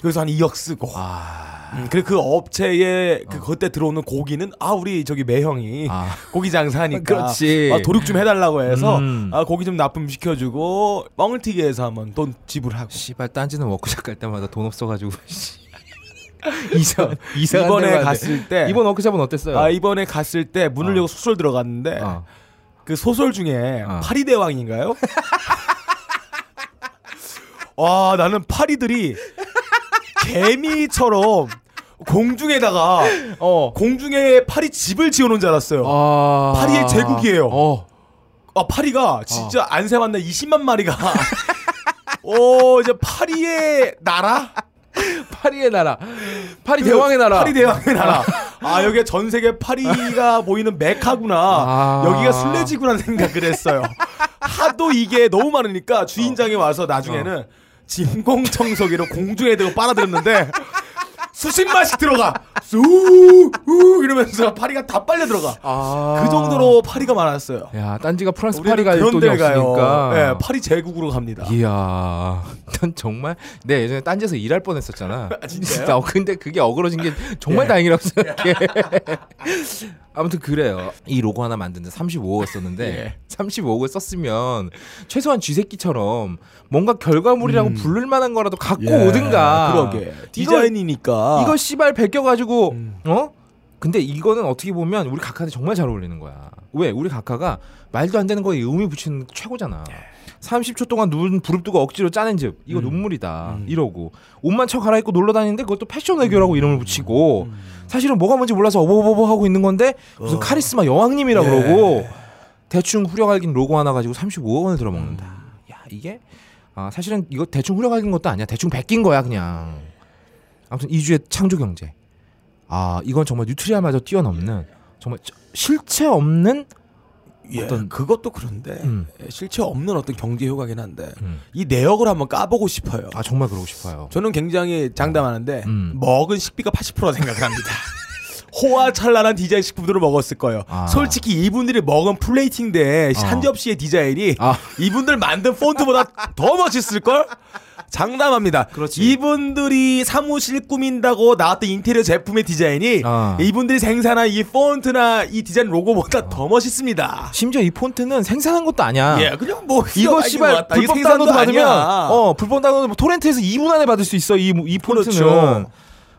Speaker 2: 그래서 한 2억 쓰고.
Speaker 1: 아.
Speaker 2: 음, 그리고 그 업체에 그 그때 들어오는 고기는 아 우리 저기 매형이
Speaker 1: 아.
Speaker 2: 고기 장사하니까
Speaker 1: 그렇지.
Speaker 2: 아, 도륙 좀 해달라고 해서
Speaker 1: 음.
Speaker 2: 아, 고기 좀 납품 시켜주고 뻥을 튀기해서 한번 돈 지불하고
Speaker 1: 씨발 딴지는 워크샵 갈 때마다 돈 없어가지고 씨. 이상 이상한 데만
Speaker 2: 이번에
Speaker 1: 돼.
Speaker 2: 갔을 때
Speaker 1: 이번 워크샵은 어땠어요?
Speaker 2: 아 이번에 갔을 때 문을
Speaker 1: 어.
Speaker 2: 열고 소설 들어갔는데
Speaker 1: 어.
Speaker 2: 그 소설 중에
Speaker 1: 어.
Speaker 2: 파리 대왕인가요? 와 아, 나는 파리들이 개미처럼 공중에다가
Speaker 1: 어.
Speaker 2: 공중에 파리 집을 지어놓은 줄 알았어요.
Speaker 1: 아.
Speaker 2: 파리의 제국이에요.
Speaker 1: 어.
Speaker 2: 아 파리가 진짜 안 세봤네 20만 마리가. 오 이제 파리의 나라?
Speaker 1: 파리의 나라. 파리
Speaker 2: 그
Speaker 1: 대왕의 나라.
Speaker 2: 파리 대왕의 나라. 아 여기가 전 세계 파리가 보이는 메카구나.
Speaker 1: 아.
Speaker 2: 여기가 순례지구라는 생각을 했어요. 하도 이게 너무 많으니까 주인장이
Speaker 1: 어.
Speaker 2: 와서 나중에는 진공 청소기로 공중에 대고 빨아들였는데 수십 마씩 들어가. 쑥우 이러면서 파리가 다 빨려 들어가.
Speaker 1: 아.
Speaker 2: 그 정도로 파리가 많았어요.
Speaker 1: 야, 딴지가 프랑스
Speaker 2: 우리는
Speaker 1: 파리 갈
Speaker 2: 그런
Speaker 1: 돈이
Speaker 2: 데를 가요.
Speaker 1: 없으니까.
Speaker 2: 예, 파리 제국으로 갑니다.
Speaker 1: 이야, 난 정말 내 예전에 딴지에서 일할 뻔했었잖아.
Speaker 2: 진짜요? 예.
Speaker 1: 어, 근데 그게 어그러진 게 정말 다행이라고 생각해. 아무튼 그래요. 이 로고 하나 만드는데 35억을 썼는데
Speaker 2: 예.
Speaker 1: 35억을 썼으면 최소한 쥐새끼처럼 뭔가 결과물이라고 부를 만한 거라도 갖고 예. 오든가.
Speaker 2: 음. 예. 그러게.
Speaker 1: 이걸
Speaker 2: 디자인이니까.
Speaker 1: 이거 씨발 베껴가지고
Speaker 2: 아. 음.
Speaker 1: 어? 근데 이거는 어떻게 보면 우리 각하한테 정말 잘 어울리는 거야. 왜? 우리 각하가 말도 안 되는 거에 의미 붙이는 게 최고잖아. 30초 동안 눈 부릅뜨고 억지로 짜낸 즉 이거 눈물이다 이러고 옷만 쳐 갈아입고 놀러 다니는데 그것도 패션 외교라고 이름을 붙이고 사실은 뭐가 뭔지 몰라서 어버버버 하고 있는 건데 무슨 카리스마 여왕님이라
Speaker 2: 예.
Speaker 1: 그러고 대충 후려갈긴 로고 하나 가지고 35억 원을 들어먹는다. 야 이게 아, 사실은 이거 대충 후려갈긴 것도 아니야. 대충 베낀 거야 그냥. 아무튼 이주의 창조 경제. 아 이건 정말 뉴트리아마저 뛰어넘는 정말 저- 실체 없는
Speaker 2: 예,
Speaker 1: 어떤-
Speaker 2: 그것도 그런데
Speaker 1: 음.
Speaker 2: 실체 없는 어떤 경제 효과긴 한데
Speaker 1: 음.
Speaker 2: 이 내역을 한번 까보고 싶어요.
Speaker 1: 아 정말 그러고 싶어요.
Speaker 2: 저는 굉장히 장담하는데
Speaker 1: 음.
Speaker 2: 먹은 식비가 80%라 생각을 합니다. 호화찬란한 디자인 식품들을 먹었을 거예요.
Speaker 1: 아.
Speaker 2: 솔직히 이분들이 먹은 플레이팅대 한
Speaker 1: 어.
Speaker 2: 접시의 디자인이
Speaker 1: 아.
Speaker 2: 이분들 만든 폰트보다 더 멋있을 걸? 장담합니다.
Speaker 1: 그렇지.
Speaker 2: 이분들이 사무실 꾸민다고 나왔던 인테리어 제품의 디자인이
Speaker 1: 아.
Speaker 2: 이분들이 생산한 이 폰트나 이 디자인 로고보다
Speaker 1: 어.
Speaker 2: 더 멋있습니다.
Speaker 1: 심지어 이 폰트는 생산한 것도 아니야.
Speaker 2: 예, 그냥 뭐
Speaker 1: 이거
Speaker 2: 쓰여가지고
Speaker 1: 씨발
Speaker 2: 왔다. 이게
Speaker 1: 불법
Speaker 2: 생산도
Speaker 1: 다운로드 받으면
Speaker 2: 아니야.
Speaker 1: 어 불법 다운로드 뭐 토렌트에서 2분 안에 받을 수 있어 이, 이 폰트는
Speaker 2: 그렇죠.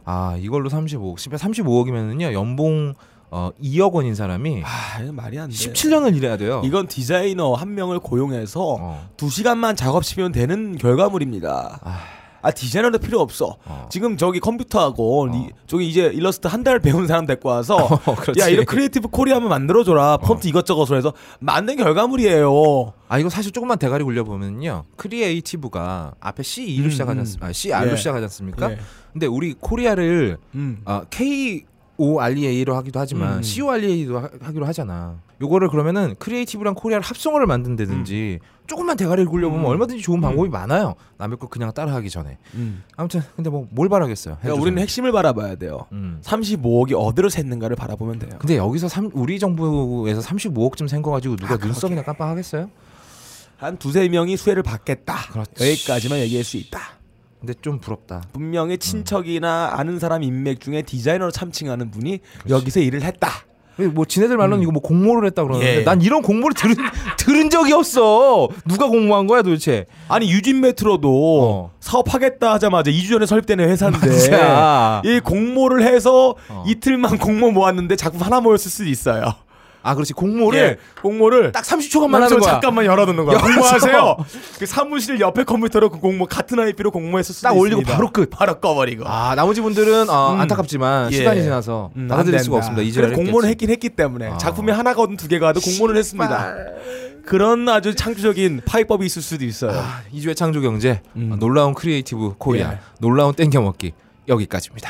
Speaker 1: 아 이걸로 35억 35억이면은요 연봉 어 2억 원인 사람이
Speaker 2: 아, 이거 말이 안 돼.
Speaker 1: 17년을 일해야 돼요
Speaker 2: 이건 디자이너 한 명을 고용해서
Speaker 1: 어.
Speaker 2: 두 시간만 작업시면 되는 결과물입니다.
Speaker 1: 아,
Speaker 2: 아 디자이너도 필요 없어.
Speaker 1: 어.
Speaker 2: 지금 저기 컴퓨터하고 이- 저기 이제 일러스트 한 달 배운 사람 데리고 와서
Speaker 1: 어, 그렇지.
Speaker 2: 야 이런 크리에이티브 코리 한번 만들어줘라. 폰트 이것저것으로 해서 만든 결과물이에요.
Speaker 1: 아 이거 사실 조금만 대가리 굴려 보면요 크리에이티브가 앞에 C2로
Speaker 2: 음,
Speaker 1: 시작하지
Speaker 2: 음.
Speaker 1: 않습니까? 아, CR로
Speaker 2: 예.
Speaker 1: 시작하지 않습니까?
Speaker 2: 예.
Speaker 1: 근데 우리 코리아를
Speaker 2: 음.
Speaker 1: 아, K O R E A로 하기도 하지만
Speaker 2: 음.
Speaker 1: C O R E A도 하- 하기로 하잖아. 요거를 그러면은 크리에이티브랑 코리아를 합성어를 만든다든지 조금만 대가리를 굴려보면
Speaker 2: 음.
Speaker 1: 얼마든지 좋은 방법이 많아요. 남의 거 그냥 따라하기 전에.
Speaker 2: 음.
Speaker 1: 아무튼 근데 뭐 뭘 바라겠어요.
Speaker 2: 그러니까 우리는 핵심을 바라봐야 돼요.
Speaker 1: 음.
Speaker 2: 35억이 어디로 샜는가를 바라보면 돼요.
Speaker 1: 근데 여기서 삼, 우리 정부에서 35억쯤 생거 가지고
Speaker 2: 아,
Speaker 1: 누가 눈썹이나 깜빡하겠어요?
Speaker 2: 한 두세 명이 수혜를 받겠다.
Speaker 1: 그렇지.
Speaker 2: 여기까지만 얘기할 수 있다.
Speaker 1: 근데 좀 부럽다.
Speaker 2: 분명히
Speaker 1: 음.
Speaker 2: 친척이나 아는 사람 인맥 중에 디자이너로 참칭하는 분이 여기서 일을 했다.
Speaker 1: 뭐 지네들 말로는 이거 뭐 공모를 했다 그러는데
Speaker 2: 음. 예.
Speaker 1: 난 이런 공모를 들은 들은 적이 없어. 누가 공모한 거야 도대체?
Speaker 2: 아니 유진 메트로도
Speaker 1: 어.
Speaker 2: 사업하겠다 하자마자 2주 전에 설립된 회사인데
Speaker 1: 맞아.
Speaker 2: 이 공모를 해서
Speaker 1: 어.
Speaker 2: 이틀만 공모 모았는데 작품 하나 모였을 수도 있어요.
Speaker 1: 아 그렇지 공모를
Speaker 2: 예, 공모를
Speaker 1: 딱 30초간만 하는
Speaker 2: 남자분
Speaker 1: 거야.
Speaker 2: 잠깐만 열어놓는 거야.
Speaker 1: 열어서.
Speaker 2: 공모하세요. 그 사무실 옆에 컴퓨터로 그 공모 같은 IP로 공모했을 수도
Speaker 1: 딱 올리고
Speaker 2: 있습니다.
Speaker 1: 바로 끝.
Speaker 2: 바로 꺼버리고.
Speaker 1: 아 나머지 분들은 어,
Speaker 2: 음.
Speaker 1: 안타깝지만
Speaker 2: 예.
Speaker 1: 시간이 지나서
Speaker 2: 음,
Speaker 1: 받아들일
Speaker 2: 안
Speaker 1: 수가
Speaker 2: 된다.
Speaker 1: 없습니다. 이제
Speaker 2: 그래서 공모를 했긴 했기 때문에
Speaker 1: 아.
Speaker 2: 작품이 하나거든 두 개가도 공모를 했습니다. 그런 아주 창조적인 파이법이 있을 수도 있어요.
Speaker 1: 아, 이주의 창조 경제
Speaker 2: 음.
Speaker 1: 어, 놀라운 크리에이티브 코리아
Speaker 2: 예.
Speaker 1: 놀라운 땡겨 먹기 여기까지입니다.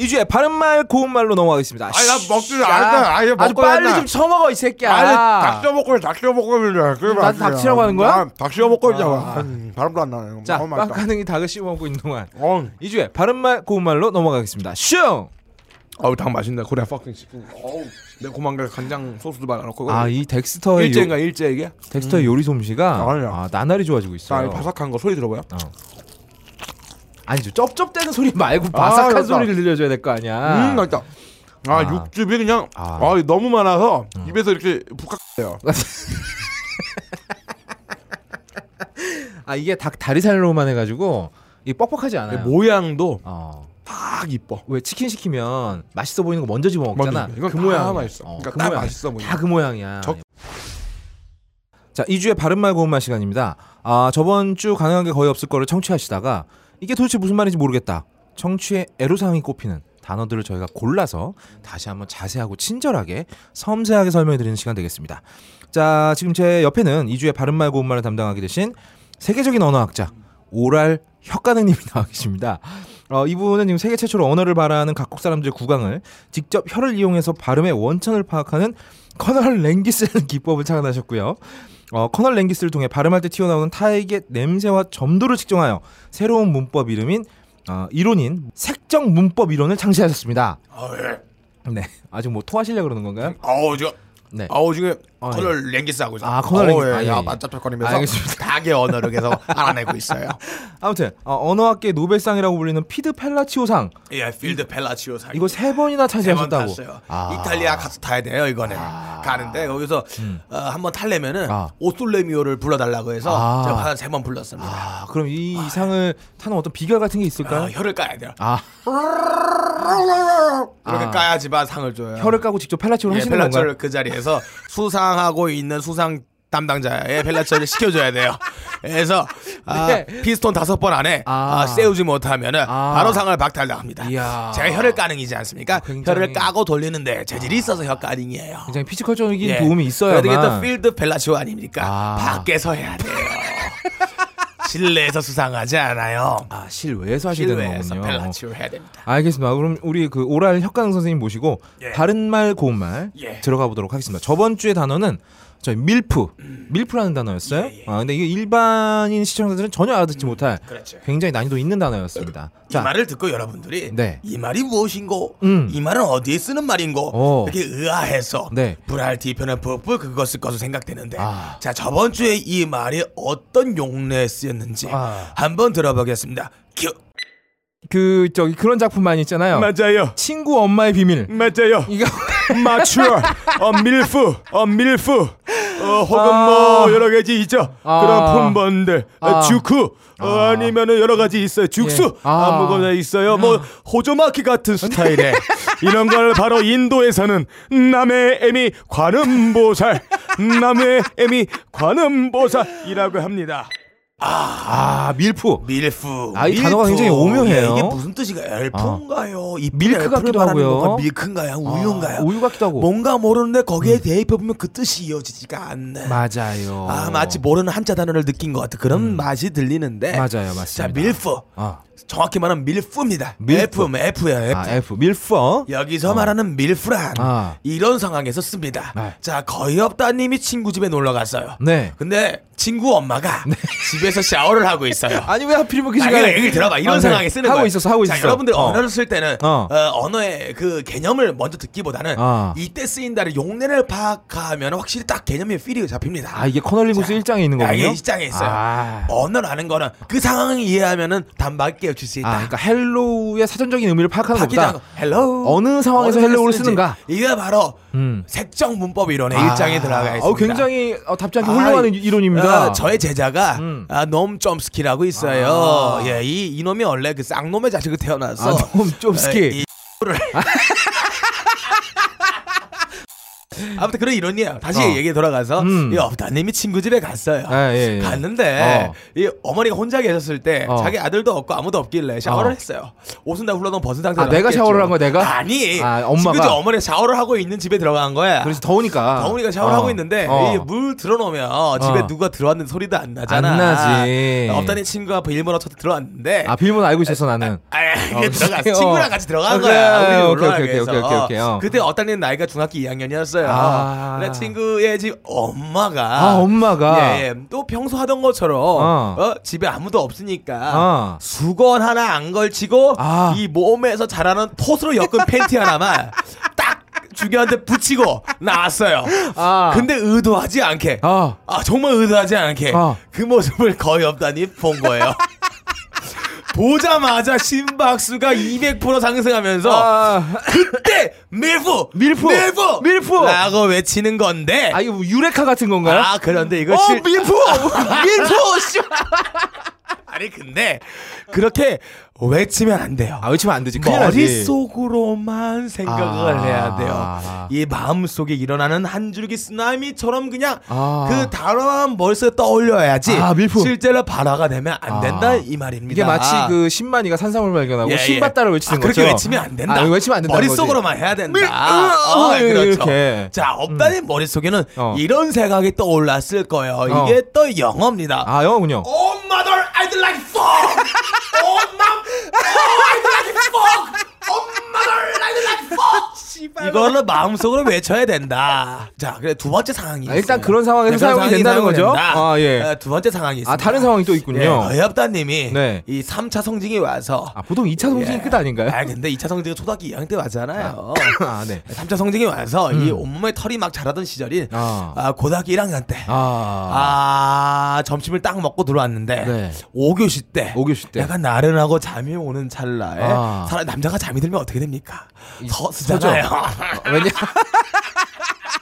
Speaker 1: 이주의 바른 말 고운 말로 넘어가겠습니다.
Speaker 3: 아니 나 먹지
Speaker 1: 야,
Speaker 3: 않아. 아니
Speaker 1: 아주
Speaker 3: 먹고
Speaker 1: 빨리
Speaker 3: 했나?
Speaker 1: 좀 처먹어 이 새끼야.
Speaker 3: 아니 닥쳐 먹고 닥쳐 먹고 그래.
Speaker 1: 나도 닥치라고 하는 거야?
Speaker 3: 닥쳐 먹고 음, 있잖아.
Speaker 1: 아.
Speaker 3: 아니, 바람도 안 나네.
Speaker 1: 자,
Speaker 3: 어, 맛있다.
Speaker 1: 빵가능이 닭을 씹어 먹고 있는 동안
Speaker 3: 어,
Speaker 1: 이주의 바른 말 고운 말로 넘어가겠습니다. 슝.
Speaker 3: 어우 당 맛있네. 코리아 퍼킹 치킨. 어우 매콤한 게 간장 소스도 발라놓고.
Speaker 1: 아 이 덱스터의 요,
Speaker 3: 일제인가 일제 이게?
Speaker 1: 덱스터의 요리 솜씨가
Speaker 3: 아니야.
Speaker 1: 아, 나날이 좋아지고
Speaker 3: 아,
Speaker 1: 있어요.
Speaker 3: 이 바삭한 거 소리 들어봐요.
Speaker 1: 아니죠. 쩝쩝대는 소리 말고 바삭한
Speaker 3: 맞다.
Speaker 1: 소리를 들려줘야 될 거 아니야.
Speaker 3: 아, 음, 맛있다. 아,
Speaker 1: 아.
Speaker 3: 육즙이 그냥
Speaker 1: 아. 음. 네.
Speaker 3: 아. 너무 많아서 입에서 이렇게 북악해요.
Speaker 1: 아 이게 닭 다리살로만 해가지고 이 뻑뻑하지 않아요.
Speaker 3: 모양도
Speaker 1: 어.
Speaker 3: 딱 이뻐.
Speaker 1: 왜 치킨 시키면 맛있어 보이는 거 먼저 집어 먹잖아.
Speaker 3: 맞아. 이건
Speaker 1: 그
Speaker 3: 다
Speaker 1: 모양
Speaker 3: 맛있어. 그러니까 딱 맛있어 보이는
Speaker 1: 다그 모양이야.
Speaker 3: 적-
Speaker 1: 자, 2주의 바른 말 고운 말 시간입니다. 아, 저번 주 가능한 게 거의 없을 거를 청취하시다가 이게 도대체 무슨 말인지 모르겠다. 청취에 애로사항이 꼽히는 단어들을 저희가 골라서 다시 한번 자세하고 친절하게 섬세하게 설명해 드리는 시간 되겠습니다. 자, 지금 제 옆에는 2주의 바른 말 고운 말을 담당하게 되신 세계적인 언어학자 오랄 혁가능님이 나와 계십니다. 어, 이분은 지금 세계 최초로 언어를 발화하는 각국 사람들의 구강을 직접 혀를 이용해서 발음의 원천을 파악하는 커널 랭기스라는 기법을 착안하셨고요. 어, 커널 랭기스를 통해 발음할 때 튀어나오는 타액의 냄새와 점도를 측정하여 새로운 문법 이름인 어, 이론인 색정 문법 이론을 창시하셨습니다. 네, 아직 뭐 토하시려 그러는 건가요?
Speaker 3: 아우 저
Speaker 1: 네.
Speaker 3: 아우 지금
Speaker 1: 아,
Speaker 3: 커널 랭기스 하고 있어.
Speaker 1: 아, 커널 랭기스. 아, 예, 예.
Speaker 3: 야 맞잡잡거리면서
Speaker 1: 알겠습니다.
Speaker 3: 닭의 언어를 계속 알아내고 있어요.
Speaker 1: 아무튼 어, 언어학계 노벨상이라고 불리는 피드 펠라치오상
Speaker 3: 예, 필드 펠라치오 살.
Speaker 1: 이거 세 번이나
Speaker 3: 세번
Speaker 1: 차지하셨다고.
Speaker 3: 탔어요. 이탈리아 가서 타야 돼요 이거는. 가는데 거기서 어, 한번 타려면은
Speaker 1: 음. 아.
Speaker 3: 오솔레미오를 불러달라고 해서
Speaker 1: 아.
Speaker 3: 제가 한 세 번 불렀습니다.
Speaker 1: 아, 그럼 이 상을 타는 어떤 비결 같은 게
Speaker 3: 어,
Speaker 1: 있을까요?
Speaker 3: 혀를 까야 돼요.
Speaker 1: 아,
Speaker 3: 이렇게
Speaker 1: 아.
Speaker 3: 까야지만 상을 줘요.
Speaker 1: 혀를 까고 직접 펠라치오를
Speaker 3: 예,
Speaker 1: 하시는 건가요?
Speaker 3: 펠라치오를 그 자리에서 수상하고 있는 수상 담당자의 펠라치오를 시켜줘야 돼요. 그래서 아,
Speaker 1: 네.
Speaker 3: 피스톤 다섯 번 안에
Speaker 1: 아.
Speaker 3: 아, 세우지 못하면은
Speaker 1: 아.
Speaker 3: 바로 상을 박탈당합니다.
Speaker 1: 이야. 아,
Speaker 3: 제가 혀를 까능이지 않습니까?
Speaker 1: 굉장히-
Speaker 3: 혀를 까고 돌리는데 재질이 있어서 혀 까능이에요.
Speaker 1: 굉장히 피지컬적인
Speaker 3: 예.
Speaker 1: 도움이 있어야만.
Speaker 3: 그래도 이게 또 필드 펠라치오 아닙니까?
Speaker 1: 아.
Speaker 3: 밖에서 해야 돼요. 실내에서 수상하지 않아요.
Speaker 1: 아, 실외에서 하시게 되는
Speaker 3: 실내에서
Speaker 1: 거군요.
Speaker 3: 펠라치오 해야 됩니다.
Speaker 1: 알겠습니다. 그럼 우리 그 오랄 혁가능 선생님 모시고
Speaker 3: 예.
Speaker 1: 바른 말 고운 말
Speaker 3: 예.
Speaker 1: 들어가 보도록 하겠습니다. 저번 주의 단어는 저희 밀프, 밀프라는 단어였어요. 아, 근데 이게 일반인 시청자들은 전혀 알아듣지 못할
Speaker 2: 그렇죠.
Speaker 1: 굉장히 난이도 있는 단어였습니다.
Speaker 2: 이 말을 듣고 여러분들이
Speaker 1: 네.
Speaker 2: 이 말이 무엇인고
Speaker 1: 음.
Speaker 2: 이 말은 어디에 쓰는 말인고
Speaker 1: 어.
Speaker 2: 이렇게 의아해서
Speaker 1: 네.
Speaker 2: 불알 뒤편의 퍼프 그것을 것으로 생각되는데
Speaker 1: 아.
Speaker 2: 자 저번 주에 이 말이 어떤 용례에 쓰였는지
Speaker 1: 아.
Speaker 2: 한번 들어보겠습니다. 큐.
Speaker 1: 그 저기 그런 작품 많이 있잖아요.
Speaker 4: 맞아요.
Speaker 1: 친구 엄마의 비밀.
Speaker 4: 맞아요.
Speaker 1: 이거
Speaker 4: 마추어, 어, 밀프, 어, 밀프, 어, 혹은
Speaker 1: 아.
Speaker 4: 뭐 여러 가지 있죠.
Speaker 1: 아.
Speaker 4: 그런 품번들,
Speaker 1: 아.
Speaker 4: 어, 주크, 어, 아니면은 여러 가지 있어요. 죽수,
Speaker 1: 예. 아.
Speaker 4: 아무거나 있어요. 뭐 호조마키 같은 스타일에 이런 걸 바로 인도에서는 남의 애미 관음보살, 남의 애미 관음보살이라고 합니다.
Speaker 1: 아 밀프.
Speaker 2: 밀프.
Speaker 1: 아, 이 단어가 굉장히 오묘해요.
Speaker 2: 예, 이게 무슨 뜻이가 엘프인가요? 이
Speaker 1: 아. 밀크
Speaker 2: 엘프를
Speaker 1: 같기도
Speaker 2: 말하는
Speaker 1: 하고요.
Speaker 2: 건가? 밀크인가요? 우유인가요?
Speaker 1: 어? 아, 우유 같기도 하고.
Speaker 2: 뭔가 모르는데 거기에 대입해 보면 그 뜻이 이어지지가 않네.
Speaker 1: 맞아요. 음.
Speaker 2: 아 마치 모르는 한자 단어를 느낀 것 같은 그런 맛이 들리는데
Speaker 1: 맞아요,
Speaker 2: 자
Speaker 1: 맞습니다.
Speaker 2: 밀프
Speaker 1: 아,
Speaker 2: 정확히 말하면 밀프입니다
Speaker 1: 밀프.
Speaker 2: F F야 F
Speaker 1: 아 F 밀프. 어?
Speaker 2: 여기서 말하는 밀프란
Speaker 1: 아.
Speaker 2: 이런 상황에서 씁니다
Speaker 1: 네.
Speaker 2: 자 거의 없다님이 친구 집에 놀러 갔어요
Speaker 1: 네.
Speaker 2: 근데 친구 엄마가 집에서 샤워를 하고 있어요
Speaker 1: 아니 왜 하필이면 그
Speaker 2: 아, 이거
Speaker 1: 시간에
Speaker 2: 얘기 들어봐. 이런
Speaker 1: 아, 네.
Speaker 2: 상황에 쓰는
Speaker 1: 하고
Speaker 2: 거야.
Speaker 1: 있었어, 하고
Speaker 2: 자,
Speaker 1: 있었어.
Speaker 2: 여러분들
Speaker 1: 어.
Speaker 2: 언어를 쓸 때는
Speaker 1: 어.
Speaker 2: 어. 언어의 그 개념을 먼저 듣기보다는
Speaker 1: 아.
Speaker 2: 이때 쓰인다를 용례를 파악하면 확실히 딱 개념의 필이 잡힙니다.
Speaker 1: 아 이게 커널링구스
Speaker 2: 자,
Speaker 1: 일장에 있는
Speaker 2: 아,
Speaker 1: 거군요.
Speaker 2: 이게 일장에 있어요.
Speaker 1: 아.
Speaker 2: 언어라는 거는 그 상황을 이해하면은 단박에 깨우칠 수
Speaker 1: 아,
Speaker 2: 있다.
Speaker 1: 그러니까 헬로우의 사전적인 의미를 파악하는 것보다
Speaker 2: 헬로
Speaker 1: 어느 상황에서 헬로우를 쓰는가?
Speaker 2: 이게 바로
Speaker 1: 음.
Speaker 2: 색정 문법 이론의 일장에 들어가 있습니다.
Speaker 1: 어, 굉장히 어, 답지 않게
Speaker 2: 아,
Speaker 1: 훌륭한
Speaker 2: 이-
Speaker 1: 이론입니다.
Speaker 2: 아, 저의 제자가
Speaker 1: 음.
Speaker 2: 아, 놈 점스키라고 있어요. 예, 이 이놈이 원래 그 쌍놈의 자식으로 태어나서
Speaker 1: 아, 놈 점스키.
Speaker 2: 예, 이 X를. 아무튼 그런 이론이에요. 다시
Speaker 1: 어.
Speaker 2: 얘기에 돌아가서
Speaker 1: 음.
Speaker 2: 이 업다님이 친구 집에 갔어요.
Speaker 1: 아, 예, 예.
Speaker 2: 갔는데
Speaker 1: 어.
Speaker 2: 이 어머니가 혼자 계셨을 때
Speaker 1: 어.
Speaker 2: 자기 아들도 없고 아무도 없길래 샤워를
Speaker 1: 어.
Speaker 2: 했어요. 옷은 다 훌러덩 벗은 상태로.
Speaker 1: 아, 내가
Speaker 2: 갔겠죠.
Speaker 1: 샤워를 한 거야, 내가?
Speaker 2: 아니.
Speaker 1: 아, 엄마가?
Speaker 2: 엄마가 친구 집 어머니 샤워를 하고 있는 집에 들어간 거야.
Speaker 1: 그래서 더우니까.
Speaker 2: 더우니까 샤워를
Speaker 1: 어.
Speaker 2: 하고 있는데
Speaker 1: 어.
Speaker 2: 이물 들어놓으면 집에 누가 들어왔는데 소리도 안 나잖아.
Speaker 1: 안 나지.
Speaker 2: 없다니 친구가 앞에 일본어 쳐서 들어왔는데.
Speaker 1: 아 비밀번호 알고 있었어 나는.
Speaker 2: 아,
Speaker 1: 어,
Speaker 2: 이게 들어가
Speaker 1: 그래요?
Speaker 2: 친구랑 같이 들어간
Speaker 1: 아,
Speaker 2: 거야.
Speaker 1: 그래,
Speaker 2: 우리
Speaker 1: 오케이,
Speaker 2: 놀러 가기
Speaker 1: 오케이, 오케이,
Speaker 2: 위해서.
Speaker 1: 오케이, 오케이, 어.
Speaker 2: 그때 어떤 나이가 중학교 2학년이었어요.
Speaker 1: 아.
Speaker 2: 근데 친구의 집 엄마가
Speaker 1: 아, 엄마가?
Speaker 2: 어, 예, 예. 또 평소 하던 것처럼
Speaker 1: 어.
Speaker 2: 어, 집에 아무도 없으니까
Speaker 1: 어.
Speaker 2: 수건 하나 안 걸치고
Speaker 1: 아.
Speaker 2: 이 몸에서 자라는 톳으로 엮은 팬티 하나만 딱 중요한데 붙이고 나왔어요.
Speaker 1: 아.
Speaker 2: 근데 의도하지 않게
Speaker 1: 아.
Speaker 2: 아 정말 의도하지 않게
Speaker 1: 아.
Speaker 2: 그 모습을 거의 없다니 본 거예요. 보자마자 심박수가 200% 상승하면서
Speaker 1: 아,
Speaker 2: 그때 밀프
Speaker 1: 밀프!
Speaker 2: 밀프
Speaker 1: 밀프!
Speaker 2: 라고 외치는 건데
Speaker 1: 아 이거 뭐 유레카 같은 건가요?
Speaker 2: 아 그런데 이거
Speaker 1: 어
Speaker 2: 실-
Speaker 1: 밀프 밀프 씨.
Speaker 2: 아니 근데 그렇게 외치면 안 돼요.
Speaker 1: 아 외치면 안 되지. 큰일 나지.
Speaker 2: 머릿속으로만 그 생각을
Speaker 1: 아.
Speaker 2: 해야 돼요. 이 마음속에 일어나는 한 줄기 쓰나미처럼 그냥
Speaker 1: 아.
Speaker 2: 그 단어만 머릿속에 떠올려야지
Speaker 1: 아, 밀품.
Speaker 2: 실제로 발화가 되면 안 된다
Speaker 1: 아.
Speaker 2: 이 말입니다.
Speaker 1: 이게 마치 그 신만이가 산삼을 발견하고
Speaker 2: 예, 예.
Speaker 1: 신바따를 외치는
Speaker 2: 아,
Speaker 1: 거죠.
Speaker 2: 그렇게 외치면 안 된다.
Speaker 1: 아, 이거 외치면 안 된다.
Speaker 2: 머릿속으로만 해야 된다.
Speaker 1: 밀-
Speaker 2: 아,
Speaker 1: 어,
Speaker 2: 어,
Speaker 1: 예,
Speaker 2: 그렇죠.
Speaker 1: 이렇게.
Speaker 2: 자, 업다님 머릿속에는
Speaker 1: 어.
Speaker 2: 이런 생각이 떠올랐을 거예요.
Speaker 1: 어.
Speaker 2: 이게 또 영어입니다.
Speaker 1: 아 영어군요.
Speaker 2: Oh mother, I'd like fog. Oh mom, oh, I'd like fog. Oh mother, I'd like fog. 이거를 마음속으로 외쳐야 된다. 자, 그래 두 번째 상황이
Speaker 1: 아, 일단
Speaker 2: 있어요.
Speaker 1: 그런 상황에서
Speaker 2: 네, 그런
Speaker 1: 사용이 된다는
Speaker 2: 사용이
Speaker 1: 거죠?
Speaker 2: 된다.
Speaker 1: 아, 예.
Speaker 2: 아, 두 번째 상황이 있습니다.
Speaker 1: 아 다른 상황이 또 있군요.
Speaker 2: 예, 여협다님이
Speaker 1: 네.
Speaker 2: 이 3차 성징이 와서
Speaker 1: 아 보통 2차 동진이 끝 아닌가요?
Speaker 2: 아 근데 2차 성징은 초등학교 2학년 때 왔잖아요.
Speaker 1: 아 네.
Speaker 2: 3차 성징이 와서 이 온몸에 털이 막 자라던 시절인
Speaker 1: 아.
Speaker 2: 아, 고등학교 1학년 때
Speaker 1: 아.
Speaker 2: 아, 점심을 딱 먹고 들어왔는데
Speaker 1: 네.
Speaker 2: 5교시 때,
Speaker 1: 오교시 때.
Speaker 2: 약간 나른하고 잠이 오는 찰나에
Speaker 1: 아.
Speaker 2: 사람 남자가 잠이 들면 어떻게 됩니까? 서
Speaker 1: 서죠.
Speaker 2: 쓰잖아요.
Speaker 1: 왜냐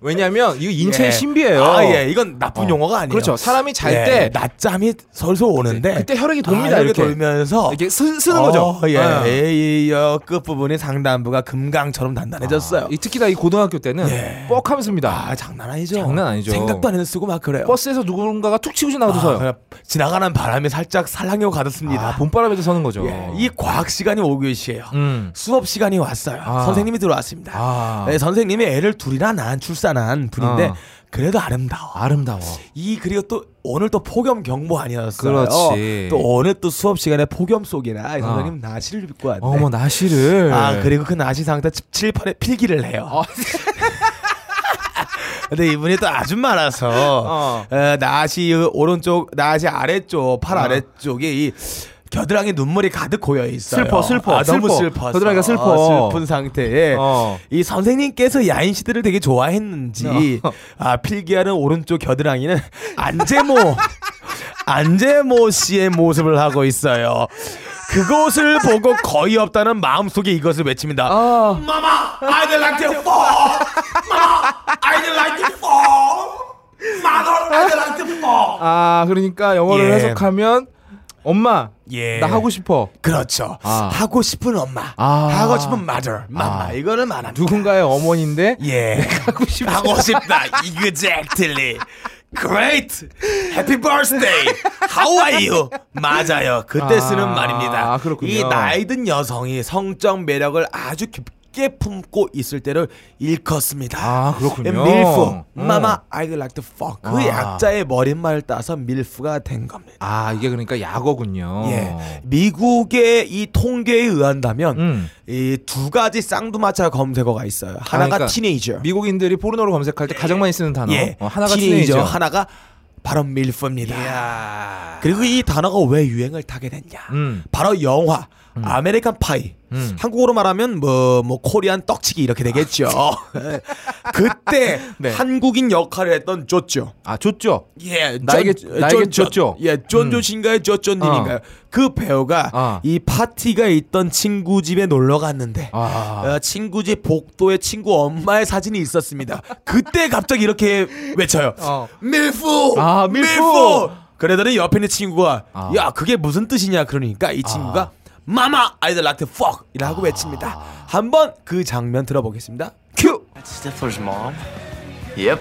Speaker 1: 왜냐면 이거 인체의
Speaker 2: 예.
Speaker 1: 신비예요.
Speaker 2: 아, 예, 이건 나쁜
Speaker 1: 어.
Speaker 2: 용어가 아니에요.
Speaker 1: 그렇죠. 사람이 잘
Speaker 2: 예,
Speaker 1: 때- 네,
Speaker 2: 낮잠이 솔솔 오는데
Speaker 1: 그때 혈액이 돕니다,
Speaker 2: 아, 혈액이
Speaker 1: 이렇게.
Speaker 2: 돌면서
Speaker 1: 이게 쓰, 쓰는
Speaker 2: 어,
Speaker 1: 거죠.
Speaker 2: 예,
Speaker 1: 예.
Speaker 2: 이, 어, 끝부분이 상단부가 금강처럼 단단해졌어요.
Speaker 1: 이 특히나 이 고등학교 때는
Speaker 2: 예.
Speaker 1: 뻑하면 씁니다.
Speaker 2: 아, 장난 아니죠.
Speaker 1: 장난 아니죠.
Speaker 2: 생각도 안 해서 쓰고 막 그래요.
Speaker 1: 버스에서 누군가가 툭 치고
Speaker 2: 아,
Speaker 1: 지나가도서요.
Speaker 2: 그냥 지나가는 바람에 살짝 살랑이고 가뒀습니다.
Speaker 1: 아, 봄바람에도 서는 거죠.
Speaker 2: 예, 이 과학 시간이 5교시예요.
Speaker 1: 음.
Speaker 2: 수업 시간이 왔어요.
Speaker 1: 아.
Speaker 2: 선생님이 들어왔습니다.
Speaker 1: 아.
Speaker 2: 네, 선생님이 애를 둘이나 낳은 출산한 분인데
Speaker 1: 아.
Speaker 2: 그래도 아름다워.
Speaker 1: 아름다워.
Speaker 2: 이 그리고 또 오늘 또 폭염 경보 아니었어요.
Speaker 1: 그렇지. 아.
Speaker 2: 또 오늘 또 수업 시간에 폭염 속이라 이 선생님 나시를 입고 왔네.
Speaker 1: 어머 나시를. 아.
Speaker 2: 아 그리고 그 나시 상태 칠판에 필기를 해요.
Speaker 1: 어.
Speaker 2: 근데 이분이 또 아줌마라서
Speaker 1: 어.
Speaker 2: 어, 나시 오른쪽 나시 아래쪽 팔 아래쪽이 이 겨드랑이 눈물이 가득 고여 있어요.
Speaker 1: 슬퍼, 슬퍼,
Speaker 2: 아, 너무
Speaker 1: 슬퍼.
Speaker 2: 슬퍼.
Speaker 1: 겨드랑이가 슬퍼.
Speaker 2: 슬픈 상태에
Speaker 1: 어.
Speaker 2: 이 선생님께서 야인 시대를 되게 좋아했는지
Speaker 1: 어.
Speaker 2: 아 필기하는 오른쪽 겨드랑이는 안재모 안재모 씨의 모습을 하고 있어요. 그것을 보고 거의 없다는 마음속에 이것을 외칩니다.
Speaker 1: 어.
Speaker 3: Mama, I don't like to fall. Mama, I don't like to fall. Mother, I don't like to fall.
Speaker 1: 아 그러니까 영어를
Speaker 2: 예.
Speaker 1: 해석하면 엄마
Speaker 2: 예.
Speaker 1: 나 하고 싶어
Speaker 2: 그렇죠.
Speaker 1: 아.
Speaker 2: 하고 싶은 엄마,
Speaker 1: 아.
Speaker 2: 하고 싶은 mother, 마
Speaker 1: 아.
Speaker 2: 이거는 말합니다.
Speaker 1: 누군가의 어머니인데
Speaker 2: 예. 하고 싶다. 하고 싶다. exactly. Great. Happy birthday. How are you? 맞아요. 그때
Speaker 1: 아,
Speaker 2: 쓰는 말입니다.
Speaker 1: 아, 그렇군요.
Speaker 2: 이 나이든 여성이 성적 매력을 아주 깊게 품고 있을 때를 일컫습니다.
Speaker 1: 아, 그렇군요.
Speaker 2: 밀프.
Speaker 1: 음.
Speaker 2: 마마 I'd like to fuck. 그
Speaker 1: 아.
Speaker 2: 약자의 머릿말을 따서 밀프가 된 겁니다.
Speaker 1: 아 이게 그러니까 약어군요
Speaker 2: 예. 미국의 이 통계에 의한다면
Speaker 1: 음.
Speaker 2: 이 두 가지 쌍두마차 검색어가 있어요. 하나가
Speaker 1: 그러니까
Speaker 2: 티네이저.
Speaker 1: 미국인들이 포르노를 검색할 때 가장 많이 쓰는 단어
Speaker 2: 예.
Speaker 1: 어, 하나가
Speaker 2: 티네이저,
Speaker 1: 티네이저
Speaker 2: 하나가 바로 밀프입니다.
Speaker 1: 이야.
Speaker 2: 그리고 이 단어가 왜 유행을 타게 됐냐?
Speaker 1: 음.
Speaker 2: 바로 영화 아메리칸 파이.
Speaker 1: 음.
Speaker 2: 한국어로 말하면 뭐, 뭐 코리안 떡치기 이렇게 되겠죠. 네. 그때
Speaker 1: 아, 네.
Speaker 2: 한국인 역할을 했던 조죠.
Speaker 1: 아 좋죠
Speaker 2: 예,
Speaker 1: 나에게- 나에게 줬죠. 음.
Speaker 2: 예, 존 조신가요, 조존님인가요?
Speaker 1: 어.
Speaker 2: 그 배우가
Speaker 1: 어.
Speaker 2: 이 파티가 있던 친구 집에 놀러 갔는데
Speaker 1: 아.
Speaker 2: 어, 친구 집 복도에 친구 엄마의 사진이 있었습니다. 그때 갑자기 이렇게 외쳐요.
Speaker 1: 어.
Speaker 2: 밀프,
Speaker 1: 아, 밀프!
Speaker 2: 그러더니 옆에 있는 친구가
Speaker 1: 아.
Speaker 2: 야 그게 무슨 뜻이냐 그러니까 이 친구가 마마 아이들 락트 fuck 이라고
Speaker 1: 아.
Speaker 2: 외칩니다. 한번 그 장면 들어보겠습니다. 큐.
Speaker 5: Stifler's mom? Yep.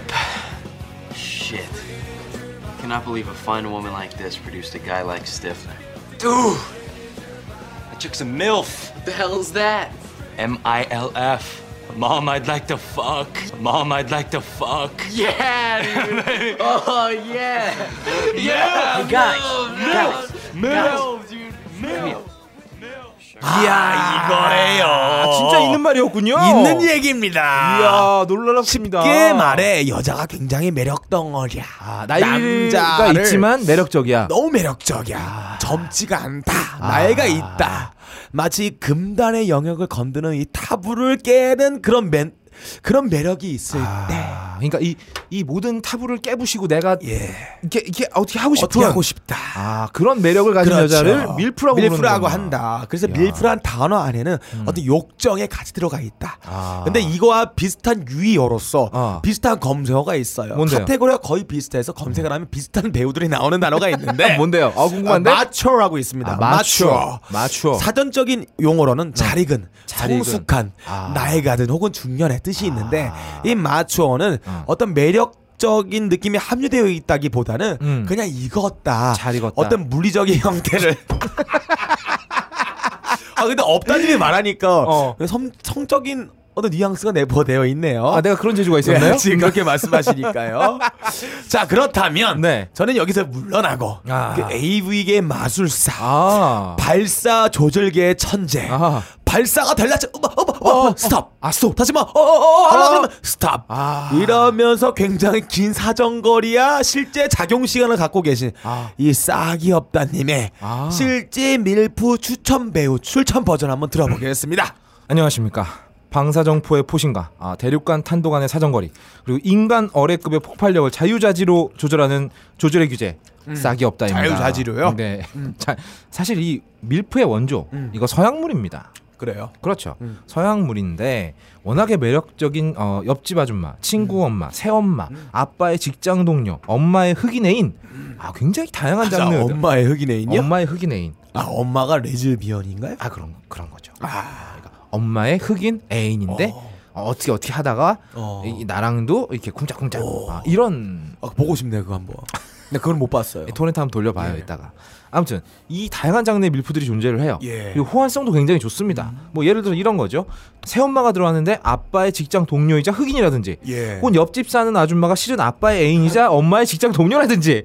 Speaker 5: Shit. Cannot believe a fine woman like this produced a guy like Stifler. Dude! I took some MILF. What the hell's that? M I L F. Mom, I'd like to fuck. Mom, I'd like to fuck. Yeah, dude. oh, yeah. Yeah. guys. guys. MILF, dude. MILF.
Speaker 2: 이야 이거예요.
Speaker 1: 아, 진짜 있는 말이었군요
Speaker 2: 있는 얘기입니다.
Speaker 1: 이야 놀랍습니다
Speaker 2: 쉽게 말해 여자가 굉장히 매력 덩어리야.
Speaker 1: 아, 나이가 있지만 매력적이야
Speaker 2: 너무
Speaker 1: 아.
Speaker 2: 매력적이야. 젊지가 않다. 나이가 있다. 마치 금단의 영역을 건드는 이 타부를 깨는 그런 매, 그런 매력이 있을 때
Speaker 1: 아, 그러니까 이, 이 모든 타부를 깨부시고 내가
Speaker 2: 예.
Speaker 1: 이게, 이게 어떻게 하고 싶은
Speaker 2: 어떻게 하고 싶다.
Speaker 1: 아 그런 매력을 가진
Speaker 2: 그렇죠.
Speaker 1: 여자를 밀프라고 부르는
Speaker 2: 밀프라고
Speaker 1: 거구나.
Speaker 2: 한다. 그래서
Speaker 1: 야. 음.
Speaker 2: 밀프란 단어 안에는 어떤 욕정에 같이 들어가 있다.
Speaker 1: 아.
Speaker 2: 근데 이거와 비슷한 유의어로서
Speaker 1: 아.
Speaker 2: 비슷한 검색어가 있어요.
Speaker 1: 뭔데요? 음.
Speaker 2: 카테고리가 거의 비슷해서 검색을 하면 비슷한 배우들이 나오는 단어가 있는데
Speaker 1: 뭔데요? 아, 궁금한데?
Speaker 2: 아, 마추어라고 있습니다.
Speaker 1: 아,
Speaker 2: 마추어.
Speaker 1: 마추어. 마추어. 음.
Speaker 2: 사전적인 용어로는 잘 익은,
Speaker 1: 잘 익은.
Speaker 2: 성숙한,
Speaker 1: 아.
Speaker 2: 나이가 든 혹은 중년의 뜻이 있는데 이 마추어는
Speaker 1: 음.
Speaker 2: 어떤 매력 적인 느낌이 합류되어 있다기보다는
Speaker 1: 음.
Speaker 2: 그냥 익었다.
Speaker 1: 잘 익었다.
Speaker 2: 어떤 물리적인 형태를. 아 근데 업다님이 말하니까
Speaker 1: 어.
Speaker 2: 성, 성적인 어떤 뉘앙스가 내포되어 있네요.
Speaker 1: 아 내가 그런 재주가 있었나요?
Speaker 2: 네, 지금 그렇게 말씀하시니까요. 자 그렇다면
Speaker 1: 네.
Speaker 2: 저는 여기서 물러나고
Speaker 1: 아.
Speaker 2: 그 AV계의 마술사,
Speaker 1: 아.
Speaker 2: 발사 조절계의 천재,
Speaker 1: 아하.
Speaker 2: 발사가 달라져, 어머 어머 어머
Speaker 1: 어,
Speaker 2: 스톱,
Speaker 1: 아, 스톱.
Speaker 2: 다시 마, 어어어 하려 그러면 스톱.
Speaker 1: 아.
Speaker 2: 이러면서 굉장히 긴 사정거리야 실제 작용 시간을 갖고 계신
Speaker 1: 아.
Speaker 2: 이 싹이 없다님의
Speaker 1: 아.
Speaker 2: 실제 밀프 추천 배우 출천 버전 한번 들어보겠습니다.
Speaker 1: 안녕하십니까. 방사정포의 포신과 아, 대륙간 탄도간의 사정거리 그리고 인간 어뢰급의 폭발력을 자유자재로 조절하는 조절의 규제 싹이 없다입니다.
Speaker 2: 음. 자유자재로요? 음.
Speaker 1: 네. 자, 사실 이 밀프의 원조 이거 서양물입니다.
Speaker 2: 그래요. 음.
Speaker 1: 그렇죠. 서양물인데 워낙에 매력적인 어, 옆집 아줌마,
Speaker 2: 음.
Speaker 1: 친구 엄마, 새엄마, 아빠의 직장 동료, 엄마의 흑인 애인. 아 굉장히 다양한
Speaker 2: 자,
Speaker 1: 장르.
Speaker 2: 음. 엄마의 흑인 애인이요?
Speaker 1: 엄마의 흑인 애인.
Speaker 2: 네. 아 엄마가 레즈비언인가요?
Speaker 1: 아 그런 그런 거죠.
Speaker 2: 아.
Speaker 1: 그러니까 엄마의 흑인 애인인데 어. 떻게 어떻게 하다가
Speaker 2: 어.
Speaker 1: 이, 나랑도 이렇게 쿵짝쿵짝 아, 이런
Speaker 2: 아, 보고 싶네요 그거 한번. 근데 그건 못 봤어요.
Speaker 1: 토렌트 한번
Speaker 2: 예.
Speaker 1: 돌려봐요 이따가. 아무튼 이 다양한 장르의 밀프들이 존재를 해요.
Speaker 2: 예. 음.
Speaker 1: 그리고 호환성도 굉장히 좋습니다. 뭐 예를 들어 이런 거죠. 새엄마가 들어왔는데 아빠의 직장 동료이자 흑인이라든지
Speaker 2: 예.
Speaker 1: 혹은 옆집 사는 아줌마가 실은 아빠의 애인이자 엄마의 직장 동료라든지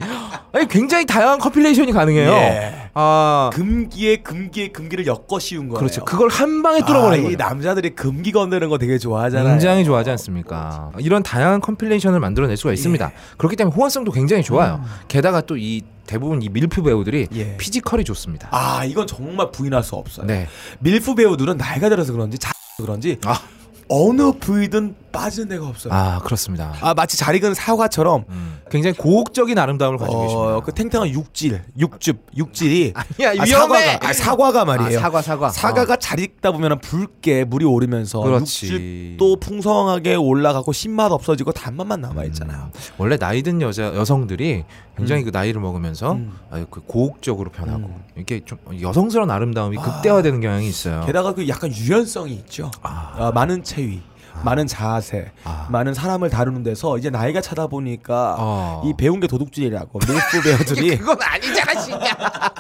Speaker 1: 아니, 굉장히 다양한 커필레이션이 가능해요.
Speaker 2: 예.
Speaker 1: 아
Speaker 2: 금기에 금기에 금기를 엮어 씌운 거예요.
Speaker 1: 그렇죠. 그걸 한 방에
Speaker 2: 아,
Speaker 1: 뚫어버리는
Speaker 2: 이
Speaker 1: 거죠.
Speaker 2: 남자들이 금기 건드는 거 되게 좋아하잖아요.
Speaker 1: 굉장히 좋아하지 않습니까? 이런 다양한 컴필레이션을 만들어낼 수가
Speaker 2: 예.
Speaker 1: 있습니다. 그렇기 때문에 호환성도 굉장히 좋아요. 게다가 또 이 대부분 이 밀프 배우들이
Speaker 2: 음. 예.
Speaker 1: 피지컬이 좋습니다.
Speaker 2: 아 이건 정말 부인할 수 없어요.
Speaker 1: 네.
Speaker 2: 밀프 배우들은 나이가 들어서 그런지 자 그런지
Speaker 1: 아.
Speaker 2: 어느 부위든 빠지는 데가 없어요. 아,
Speaker 1: 아 그렇습니다.
Speaker 2: 마치 잘 익은 사과처럼
Speaker 1: 음. 굉장히 고혹적인 아름다움을 가지고
Speaker 2: 어,
Speaker 1: 계십니다.
Speaker 2: 그 탱탱한 육질, 육즙, 육질이
Speaker 1: 아니야,
Speaker 2: 아,
Speaker 1: 위험해!
Speaker 2: 사과가, 아, 사과가 말이에요.
Speaker 1: 아, 사과, 사과.
Speaker 2: 사과가 잘 익다 보면 붉게 물이 오르면서
Speaker 1: 그렇지.
Speaker 2: 육즙도 풍성하게 올라가고 신맛 없어지고 단맛만 남아
Speaker 1: 음,
Speaker 2: 있잖아요.
Speaker 1: 원래 나이든 여자 여성들이 굉장히 그 나이를 먹으면서
Speaker 2: 음.
Speaker 1: 아유, 그 고혹적으로 변하고 이렇게 좀 여성스러운 아름다움이 극대화되는 경향이 있어요.
Speaker 2: 게다가 그 약간 유연성이 있죠. 어, 많은 체위, 많은 자세,
Speaker 1: 아.
Speaker 2: 많은 사람을 다루는 데서 이제 나이가 차다 보니까
Speaker 1: 어.
Speaker 2: 이 배운 게 도둑질이라고 밀프 배우들이
Speaker 1: 그건 아니잖아, 씨야.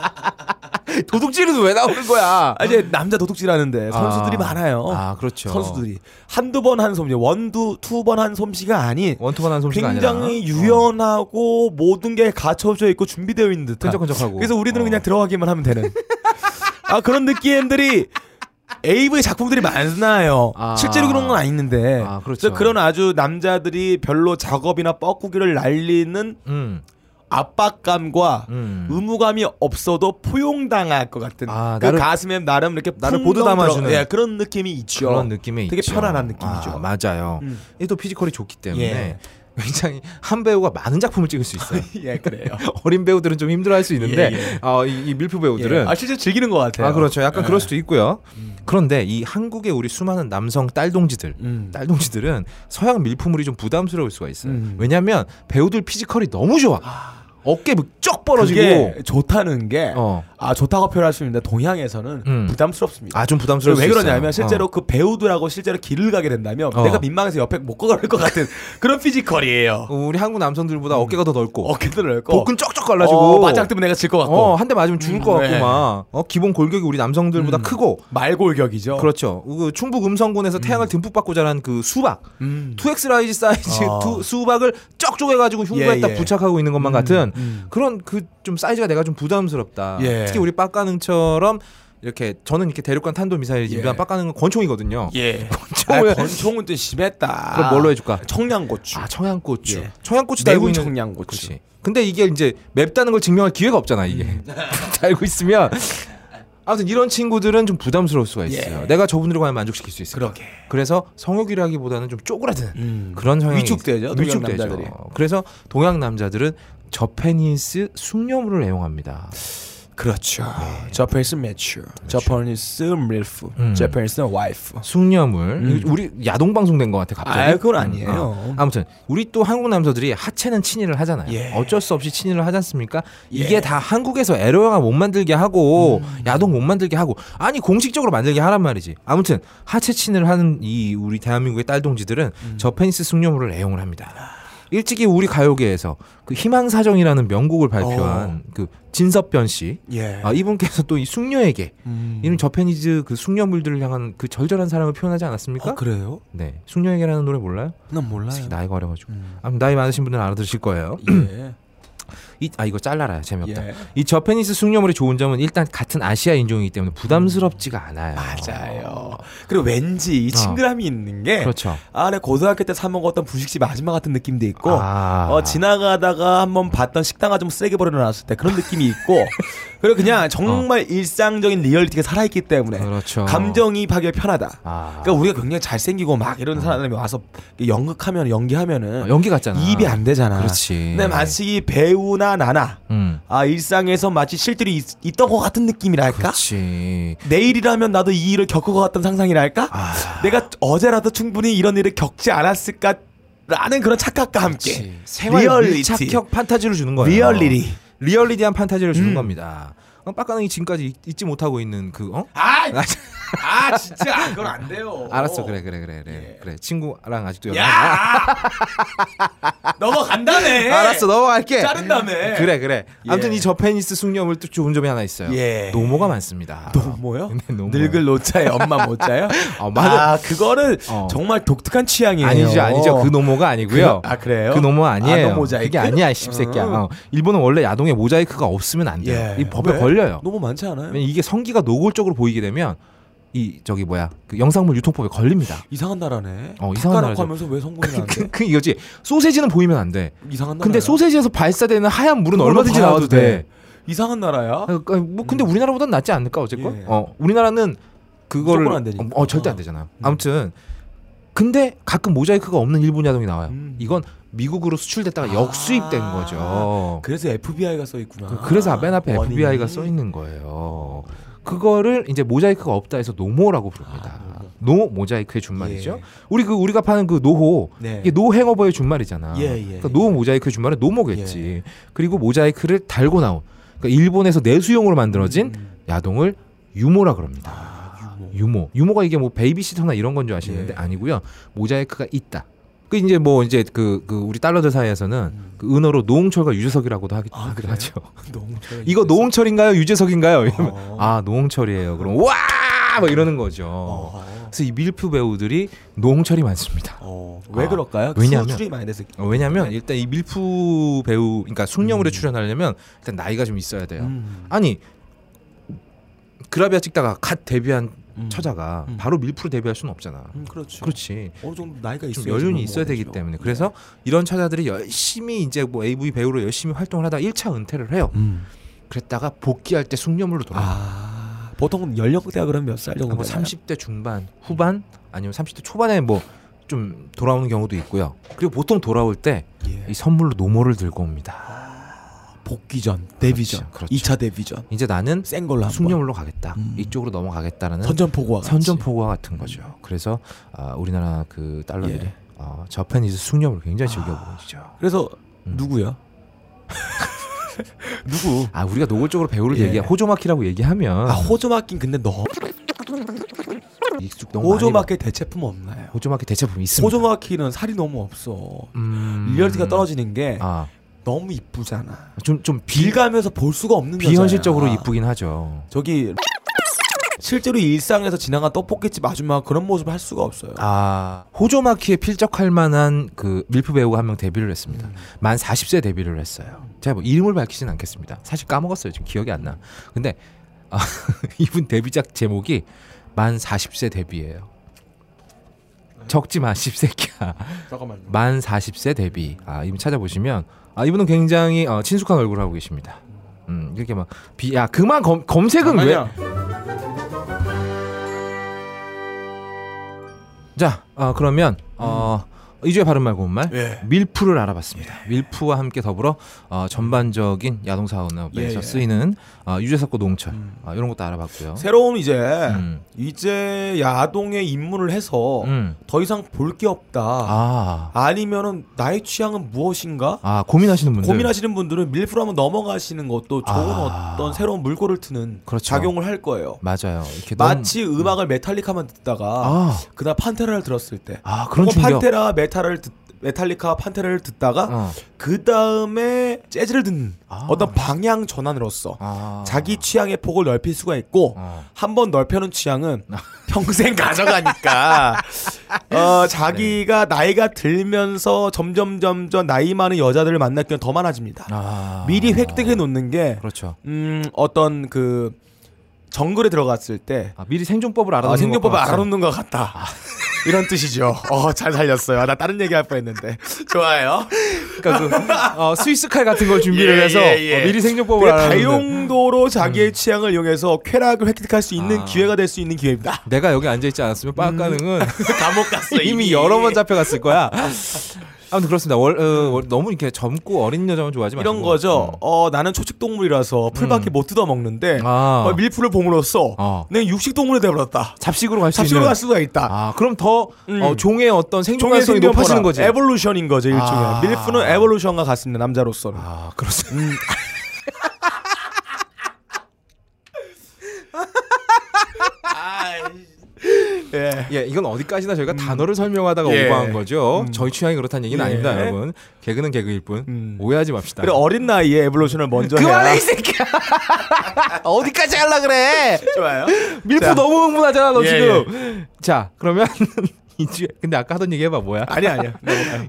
Speaker 1: 그 도둑질은 왜 나오는 거야?
Speaker 2: 아, 이제 남자 도둑질 하는데 선수들이
Speaker 1: 아.
Speaker 2: 많아요.
Speaker 1: 아, 그렇죠.
Speaker 2: 선수들이 한두 번 한 솜씨, 원두 투 번 한 솜씨가 아닌
Speaker 1: 원투만한 솜씨가
Speaker 2: 굉장히
Speaker 1: 아니라. 어.
Speaker 2: 유연하고 모든 게 갖춰져 있고 준비되어 있는 듯한.
Speaker 1: 끈적끈적하고.
Speaker 2: 그래서 우리들은
Speaker 1: 어.
Speaker 2: 그냥 들어가기만 하면 되는. 아 그런 느낌들이 AV 작품들이 많아요.
Speaker 1: 아.
Speaker 2: 실제로 그런 건 아니는데.
Speaker 1: 아, 그렇죠.
Speaker 2: 그래서 그런 아주 남자들이 별로 작업이나 뻐꾸기를 날리는
Speaker 1: 어. 음.
Speaker 2: 압박감과
Speaker 1: 음.
Speaker 2: 의무감이 없어도 포용당할 것 같은
Speaker 1: 아,
Speaker 2: 그
Speaker 1: 나를-
Speaker 2: 가슴에 나름 이렇게
Speaker 1: 나를
Speaker 2: 풍덩
Speaker 1: 보드 담아주는
Speaker 2: 들어가- 예, 그런 느낌이 있죠.
Speaker 1: 그런 느낌이
Speaker 2: 되게
Speaker 1: 있죠.
Speaker 2: 편안한 느낌이죠.
Speaker 1: 아, 맞아요.
Speaker 2: 음.
Speaker 1: 이게 또 피지컬이 좋기 때문에
Speaker 2: 예.
Speaker 1: 굉장히 한 배우가 많은 작품을 찍을 수 있어요.
Speaker 2: 예, 그래요.
Speaker 1: 어린 배우들은 좀 힘들어할 수 있는데
Speaker 2: 예, 예.
Speaker 1: 어, 이, 이 밀프
Speaker 2: 예.
Speaker 1: 배우들은
Speaker 2: 아 실제 즐기는 것 같아요.
Speaker 1: 아 그렇죠. 약간 그럴 수도 있고요. 그런데 이 한국의 우리 수많은 남성 딸동지들,
Speaker 2: 음.
Speaker 1: 딸동지들은 서양 밀품물이 좀 부담스러울 수가 있어요.
Speaker 2: 음.
Speaker 1: 왜냐하면 배우들 피지컬이 너무 좋아. 어깨 쫙 벌어지고.
Speaker 2: 그게 좋다는 게 아
Speaker 1: 어.
Speaker 2: 좋다고 표현할 수 있는데 동양에서는
Speaker 1: 음.
Speaker 2: 부담스럽습니다.
Speaker 1: 아 좀 부담스러울
Speaker 2: 왜
Speaker 1: 수
Speaker 2: 그러냐면
Speaker 1: 있어요.
Speaker 2: 실제로 그 배우들하고 실제로 길을 가게 된다면
Speaker 1: 어.
Speaker 2: 내가 민망해서 옆에 못 걸을 것 같은 그런 피지컬이에요.
Speaker 1: 어. 우리 한국 남성들보다 어깨가 더 넓고
Speaker 2: 어깨도 넓고
Speaker 1: 복근 쩍쩍 갈라지고
Speaker 2: 어, 맞짱 뜨면 내가 질 것 같고
Speaker 1: 어, 한 대 맞으면 죽을 것
Speaker 2: 음,
Speaker 1: 같고
Speaker 2: 네.
Speaker 1: 막 어, 기본 골격이 우리 남성들보다
Speaker 2: 음.
Speaker 1: 크고
Speaker 2: 말골격이죠.
Speaker 1: 그렇죠. 그 충북 음성군에서 태양을 듬뿍 받고 자란 그 수박,
Speaker 2: 음.
Speaker 1: 2x 라이즈 사이즈
Speaker 2: 어.
Speaker 1: 두- 수박을 쩍 쪼개가지고 흉부에
Speaker 2: 예,
Speaker 1: 딱
Speaker 2: 예.
Speaker 1: 부착하고 있는 것만 같은
Speaker 2: 음.
Speaker 1: 그런 그 좀 사이즈가 내가 좀 부담스럽다.
Speaker 2: 예.
Speaker 1: 특히 우리 빡가능처럼 이렇게 저는 이렇게 대륙간 탄도 미사일 준비한
Speaker 2: 예.
Speaker 1: 빡가능은 권총이거든요.
Speaker 2: 예.
Speaker 1: 권총을
Speaker 2: 아, 권총은 좀 심했다.
Speaker 1: 그렇죠. 그럼 뭘로 해줄까?
Speaker 2: 청양고추.
Speaker 1: 아 청양고추.
Speaker 2: 예.
Speaker 1: 청양고추 달고
Speaker 2: 매운
Speaker 1: 있는
Speaker 2: 청양고추.
Speaker 1: 그렇지. 근데 이게 이제 맵다는 걸 증명할 기회가 없잖아 이게
Speaker 2: 음.
Speaker 1: 달고 있으면 아무튼 이런 친구들은 좀 부담스러울 수가 있어요.
Speaker 2: 예.
Speaker 1: 내가 저분들을 과연 만족시킬 수 있을까?
Speaker 2: 그러게.
Speaker 1: 그래서 성욕이라기보다는 좀 쪼그라드는
Speaker 2: 음.
Speaker 1: 그런 성향이
Speaker 2: 위축되죠, 동양 남자들이.
Speaker 1: 그래서 동양 남자들은 저페니스 숙녀물을 애용합니다.
Speaker 2: 그렇죠. 저페니스 매추, 저페니스 밀프,
Speaker 1: 음.
Speaker 2: 저페니스 와이프.
Speaker 1: 숙녀물 이거 우리 야동 방송된 것 같아 갑자기.
Speaker 2: 음. 아, 그건 아니에요.
Speaker 1: 어. 아무튼 우리 또 한국 남자들이 하체는 친일을 하잖아요.
Speaker 2: 예.
Speaker 1: 어쩔 수 없이 친일을 하지 않습니까?
Speaker 2: 예. 음.
Speaker 1: 이게 다 한국에서 에로 영화 못 만들게 하고 야동 못 만들게 하고 아니 공식적으로 만들게 하란 말이지. 아무튼 하체 친일을 하는 이 우리 대한민국의 딸 동지들은
Speaker 2: 음.
Speaker 1: 저 페니스 숙녀물을 애용을 합니다. 일찍이 우리 가요계에서 그 희망사정이라는 명곡을
Speaker 2: 어.
Speaker 1: 발표한 그 진섭변 씨,
Speaker 2: 예.
Speaker 1: 아, 이분께서 또 이 숙녀에게
Speaker 2: 음.
Speaker 1: 이런 저페니즈 그 숙녀물들을 향한 그 절절한 사랑을 표현하지 않았습니까?
Speaker 2: 아, 그래요?
Speaker 1: 네, 숙녀에게라는 노래 몰라요?
Speaker 2: 난 몰라요. 음.
Speaker 1: 특히 나이가 어려가지고. 아무튼 나이 많으신 분들은 알아들으실 거예요.
Speaker 2: 예.
Speaker 1: 이, 아 이거 잘라라요 재미없다. 어.
Speaker 2: 예.
Speaker 1: 이 저페니스 숙녀물의 좋은 점은 일단 같은 아시아 인종이기 때문에 부담스럽지가 않아요.
Speaker 2: 음. 맞아요. 그리고 왠지 이 친근함이 있는 게
Speaker 1: 어. 그렇죠.
Speaker 2: 아, 내 고등학교 때 사 먹었던 분식집 아줌마 같은 느낌도 있고
Speaker 1: 아.
Speaker 2: 어, 지나가다가 한번 봤던 식당 아줌마 쓰레기 버려 놨을 때 그런 느낌이 있고 그리고 그냥 정말 일상적인 리얼리티가 살아있기 때문에
Speaker 1: 그렇죠.
Speaker 2: 감정이입하기가 편하다.
Speaker 1: 아.
Speaker 2: 그러니까 우리가 굉장히 잘생기고 막 이런 사람이 와서 연극하면 연기하면은
Speaker 1: 어, 연기 같잖아.
Speaker 2: 이입이 안 되잖아.
Speaker 1: 그렇지.
Speaker 2: 근데 마치 이 배우나 나나
Speaker 1: 음.
Speaker 2: 아 일상에서 마치 실들이 있, 있던 것 같은 느낌이랄까?
Speaker 1: 그렇지.
Speaker 2: 내일이라면 나도 이 일을 겪을 것 같던 상상이랄까?
Speaker 1: 아.
Speaker 2: 내가 어제라도 충분히 이런 일을 겪지 않았을까? 라는 그런 착각과 함께
Speaker 1: 그렇지. 생활
Speaker 2: 예. 리얼리티.
Speaker 1: 밀착형 판타지를 주는 거예요.
Speaker 2: 리얼리티. 음.
Speaker 1: 리얼리티한 판타지를 주는 겁니다. 어, 빡가능이 지금까지 잊- 잊지 못하고 있는 그 어?
Speaker 2: 아,
Speaker 1: 아,
Speaker 2: 아 진짜 그건 안 돼요.
Speaker 1: 알았어 그래 그래 그래 그래 그래 친구랑 아직도 연락
Speaker 2: 예. 야 넘어간다네.
Speaker 1: 알았어 넘어갈게
Speaker 2: 예. 자른다며.
Speaker 1: 그래 그래 아무튼 이 저페니스 숙녀물 또 좋은 점이 하나 있어요
Speaker 2: 예.
Speaker 1: 노모가 많습니다
Speaker 2: 노모요?
Speaker 1: 네, 노모요.
Speaker 2: 늙을 노자에 엄마 모자요?
Speaker 1: 아, 맞아.
Speaker 2: 아, 그거는
Speaker 1: 어.
Speaker 2: 정말 독특한 취향이에요.
Speaker 1: 아니죠 아니죠 그 노모가 아니고요
Speaker 2: 그- 아, 그래요?
Speaker 1: 그 노모 아니에요
Speaker 2: 아, 노 모자이크? 음.
Speaker 1: 그게 아니야 십새끼야 어. 일본은 원래 야동에 모자이크가 없으면 안 돼요
Speaker 2: 예.
Speaker 1: 이 법에
Speaker 2: 왜?
Speaker 1: 걸려요
Speaker 2: 너무 많지 않아요?
Speaker 1: 왜냐면 이게 성기가 노골적으로 보이게 되면 이 저기 뭐야 그 영상물 유통법에 걸립니다
Speaker 2: 이상한 나라네.
Speaker 1: 어, 이상한
Speaker 2: 이상한
Speaker 1: 나라죠.
Speaker 2: 나라고 하면서 왜 성공이 안 돼?
Speaker 1: 그, 그 이거지 소세지는 보이면 안돼
Speaker 2: 이상한 나라.
Speaker 1: 근데 소세지에서 발사되는 하얀 물은 얼마든지 나와도 돼.
Speaker 2: 이상한 나라야. 음.
Speaker 1: 아, 그러니까 뭐 근데 우리나라보단 낫지 않을까 어쨌건.
Speaker 2: 예.
Speaker 1: 어 우리나라는 그거를
Speaker 2: 무조건 안 되니까. 음.
Speaker 1: 어, 어, 절대 안 되잖아요. 아무튼 근데 가끔 모자이크가 없는 일본 야동이 나와요.
Speaker 2: 음.
Speaker 1: 이건 미국으로 수출됐다가 역수입된
Speaker 2: 아.
Speaker 1: 거죠.
Speaker 2: 그래서 FBI가 써 있구나.
Speaker 1: 그래서 맨 앞에
Speaker 2: 원인이.
Speaker 1: FBI가 써 있는 거예요. 그거를 이제 모자이크가 없다 해서 노모라고 부릅니다. 노 모자이크의 준말이죠.
Speaker 2: 아, 예.
Speaker 1: 우리 그 우리가 파는 그 노호
Speaker 2: 네.
Speaker 1: 이게 노 행어버의 준말이잖아.
Speaker 2: 예, 예,
Speaker 1: 그러니까
Speaker 2: 예.
Speaker 1: 노 모자이크의 준말은 노모겠지. 그리고 모자이크를 달고 나온 그러니까 일본에서 내수용으로 만들어진
Speaker 2: 음.
Speaker 1: 야동을 유모라 그럽니다. 유모. 유모. 가 이게 뭐 베이비시터나 이런 건 줄 아시는데
Speaker 2: 아, 예.
Speaker 1: 아니고요. 모자이크가 있다. 그 이제 뭐 이제 그, 그 우리 달러들 사이에서는 그 은어로 노홍철과 유재석이라고도 하기
Speaker 2: 음. 아, 그래요?
Speaker 1: 하죠.
Speaker 2: 너무 저-
Speaker 1: 이거 노홍철인가요? 유재석인가요? 이러면
Speaker 2: 어.
Speaker 1: 아 노홍철이에요. 그럼 와막 이러는 거죠.
Speaker 2: 어.
Speaker 1: 그래서 이 밀프 배우들이 노홍철이 많습니다.
Speaker 2: 어. 왜
Speaker 1: 아,
Speaker 2: 그럴까요?
Speaker 1: 왜냐면-
Speaker 2: 수출이 많이 돼서.
Speaker 1: 어, 왜냐면 일단 이 밀프 배우, 그러니까 숙녀물에 출연하려면 일단 나이가 좀 있어야 돼요.
Speaker 2: 음.
Speaker 1: 아니 그라비아 찍다가 갓 데뷔한
Speaker 2: 음.
Speaker 1: 처자가
Speaker 2: 음.
Speaker 1: 바로 밀프로 데뷔할 수는 없잖아.
Speaker 2: 음, 그렇죠.
Speaker 1: 그렇지.
Speaker 2: 어느 정도 나이가 뭐 그렇죠.
Speaker 1: 좀
Speaker 2: 있어야
Speaker 1: 연륜이 있어야 되기 때문에 그래서 이런 처자들이 열심히 이제 뭐 AV 배우로 열심히 활동을 하다 1차 은퇴를 해요. 그랬다가 복귀할 때 숙녀물로 돌아. 와
Speaker 2: 음. 아 보통 연령대가 그럼 몇 살 정도?
Speaker 1: 뭐
Speaker 2: 되나요?
Speaker 1: 30대 중반, 후반 아니면 30대 초반에 뭐 좀 돌아오는 경우도 있고요. 그리고 보통 돌아올 때 이
Speaker 2: 예.
Speaker 1: 선물로 노모를 들고 옵니다.
Speaker 2: 복귀 전 데뷔
Speaker 1: 그렇죠,
Speaker 2: 전
Speaker 1: 그렇죠.
Speaker 2: 2차 데뷔 전
Speaker 1: 이제 나는
Speaker 2: 센 걸로 한번
Speaker 1: 숙녀물로 가겠다.
Speaker 2: 음.
Speaker 1: 이쪽으로 넘어가겠다라는
Speaker 2: 선전포고와 같이. 음.
Speaker 1: 선전포고와 같은 거죠. 그래서 아, 우리나라 그 달러들이
Speaker 2: 예. 아.
Speaker 1: 어, 저편이즈 숙녀물을 굉장히 즐겨 보이죠.
Speaker 2: 그래서
Speaker 1: 음.
Speaker 2: 누구요? 누구?
Speaker 1: 아 우리가 노골적으로 배우를
Speaker 2: 예.
Speaker 1: 얘기 호조마키라고 얘기하면
Speaker 2: 아 호조마킨 근데 너
Speaker 1: 익숙 너무 많이
Speaker 2: 호조마키 대체품 없나요?
Speaker 1: 봐. 호조마키 대체품이 있습니다.
Speaker 2: 호조마키는 살이 너무 없어.
Speaker 1: 음...
Speaker 2: 리얼티가 떨어지는 게
Speaker 1: 아좀좀
Speaker 2: 너무 이쁘잖아.
Speaker 1: 좀비
Speaker 2: 길가면서 볼 수가 없는
Speaker 1: 비현실적으로
Speaker 2: 여자야.
Speaker 1: 이쁘긴 하죠.
Speaker 2: 저기 실제로 이 일상에서 지나간 떡볶이집 아줌마 그런 모습을 할 수가 없어요.
Speaker 1: 아 호조마키에 필적할 만한 그 밀프 배우가 한 명 데뷔를
Speaker 2: 음.
Speaker 1: 했습니다. 만 40세 데뷔를 했어요. 제가 뭐 이름을 밝히진 않겠습니다. 사실 까먹었어요. 지금 기억이 안 나. 근데 아, 이분 데뷔작 제목이 만 40세 데뷔예요. 적지 마 십새끼야.
Speaker 2: 네. 잠깐만요.
Speaker 1: 만 40세 데뷔. 아 이분 찾아보시면 아 이분은 굉장히 어, 친숙한 얼굴을 하고 계십니다. 음 이렇게 막비야 그만 검, 검색은 왜? 자, 어, 그러면 어, 이주의 바른 말 고운 말
Speaker 2: 음. 예.
Speaker 1: 밀프를 알아봤습니다. 밀프와 함께 더불어 어, 전반적인 야동
Speaker 2: 예, 음.
Speaker 1: 사업에서
Speaker 2: 예.
Speaker 1: 쓰이는 어, 유재석과 농철 어, 이런 것도 알아봤고요.
Speaker 2: 새로운 이제
Speaker 1: 음.
Speaker 2: 이제 야동에 입문을 해서
Speaker 1: 음.
Speaker 2: 더 이상 볼 게 없다.
Speaker 1: 아,
Speaker 2: 아. 니면은 나의 취향은 무엇인가?
Speaker 1: 아 고민하시는 분들
Speaker 2: 고민하시는 분들은 밀프로 한번 넘어가시는 것도 좋은
Speaker 1: 아.
Speaker 2: 어떤 새로운 물꼬를 트는
Speaker 1: 그렇죠.
Speaker 2: 작용을 할 거예요.
Speaker 1: 맞아요. 이렇게
Speaker 2: 마치 음악을 메탈리카만 듣다가
Speaker 1: 너무... 아,
Speaker 2: 그날 판테라를 들었을 때
Speaker 1: 아 그런
Speaker 2: 혹은
Speaker 1: 충격.
Speaker 2: 판테라 메탈을 듣, 메탈리카 판테라를 듣다가
Speaker 1: 어.
Speaker 2: 그 다음에 재즈를 듣는
Speaker 1: 아.
Speaker 2: 어떤 방향 전환으로써
Speaker 1: 아.
Speaker 2: 자기 취향의 폭을 넓힐 수가 있고
Speaker 1: 어. 아.
Speaker 2: 한 번 넓혀놓은 취향은 평생 가져가니까 어, 자기가
Speaker 1: 네.
Speaker 2: 나이가 들면서 점점 점점 나이 많은 여자들을 만날 경우 더 많아집니다.
Speaker 1: 아.
Speaker 2: 미리 획득해 놓는 게
Speaker 1: 그렇죠.
Speaker 2: 음, 어떤 그 정글에 들어갔을 때
Speaker 1: 아, 미리 생존법을 알아놓는
Speaker 2: 아, 생존법을
Speaker 1: 것과 같은-
Speaker 2: 알아놓는 것 같다. 이런 뜻이죠. 어, 잘 살렸어요. 나 다른 얘기할 뻔했는데 좋아요.
Speaker 1: 그러니까 그, 어, 스위스 칼 같은 걸 준비를
Speaker 2: 예,
Speaker 1: 해서
Speaker 2: 예, 예.
Speaker 1: 어, 미리 생존법을
Speaker 2: 그게
Speaker 1: 알아놓는.
Speaker 2: 다용도로 자기의 취향을 이용해서 쾌락을 획득할 수 있는 기회가 될 수 있는 기회입니다.
Speaker 1: 내가 여기 앉아 있지 않았으면
Speaker 2: 음.
Speaker 1: 빠가능은
Speaker 2: 그 감옥 갔어
Speaker 1: 이미 여러 번 잡혀갔을 거야. 아무튼 그렇습니다. 월, 어, 월- 너무 이렇게 젊고 어린 여자만 좋아하지 마시고 음.
Speaker 2: 이런 거죠. 음. 어 나는 초식 동물이라서 풀밖에 못 뜯어 먹는데
Speaker 1: 아.
Speaker 2: 어, 밀풀을 봄으로써
Speaker 1: 어.
Speaker 2: 내 육식 동물이 되버렸다.
Speaker 1: 잡식으로 갈 수 있는.
Speaker 2: 잡식으로 갈 수가 있다.
Speaker 1: 아 그럼 더
Speaker 2: 음.
Speaker 1: 어, 종의 어떤
Speaker 2: 종의
Speaker 1: 생존가능성이
Speaker 2: 생존
Speaker 1: 높아지는
Speaker 2: 는
Speaker 1: 거지.
Speaker 2: 거지. 에볼루션인 거죠 일종의.
Speaker 1: 아.
Speaker 2: 밀프는 에볼루션과 같습니다 남자로서는.
Speaker 1: 아 그렇습니다.
Speaker 2: 음. 아 예.
Speaker 1: 예, 이건 어디까지나 저희가 단어를 설명하다가
Speaker 2: 음. 예.
Speaker 1: 오버한 거죠. 저희 취향이 그렇다는 얘기는
Speaker 2: 예.
Speaker 1: 아닙니다, 여러분. 개그는 개그일 뿐
Speaker 2: 음.
Speaker 1: 오해하지 맙시다.
Speaker 2: 그래 어린 나이에 에볼루션을 먼저 해야
Speaker 1: 그만해 이 새끼야. 어디까지 하려 그래?
Speaker 2: 좋아요.
Speaker 1: 밀프
Speaker 2: 자.
Speaker 1: 너무 흥분하잖아, 너
Speaker 2: 예,
Speaker 1: 지금. 자, 그러면 이주에 근데 아까 하던 얘기 해봐 뭐야?
Speaker 2: 아니 아니야.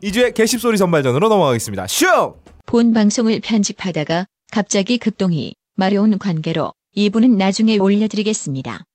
Speaker 1: 이주에 개십 소리 선발전으로 넘어가겠습니다. 슝!
Speaker 6: 본 방송을 편집하다가 갑자기 급동이 마려운 관계로 이분은 나중에 올려드리겠습니다.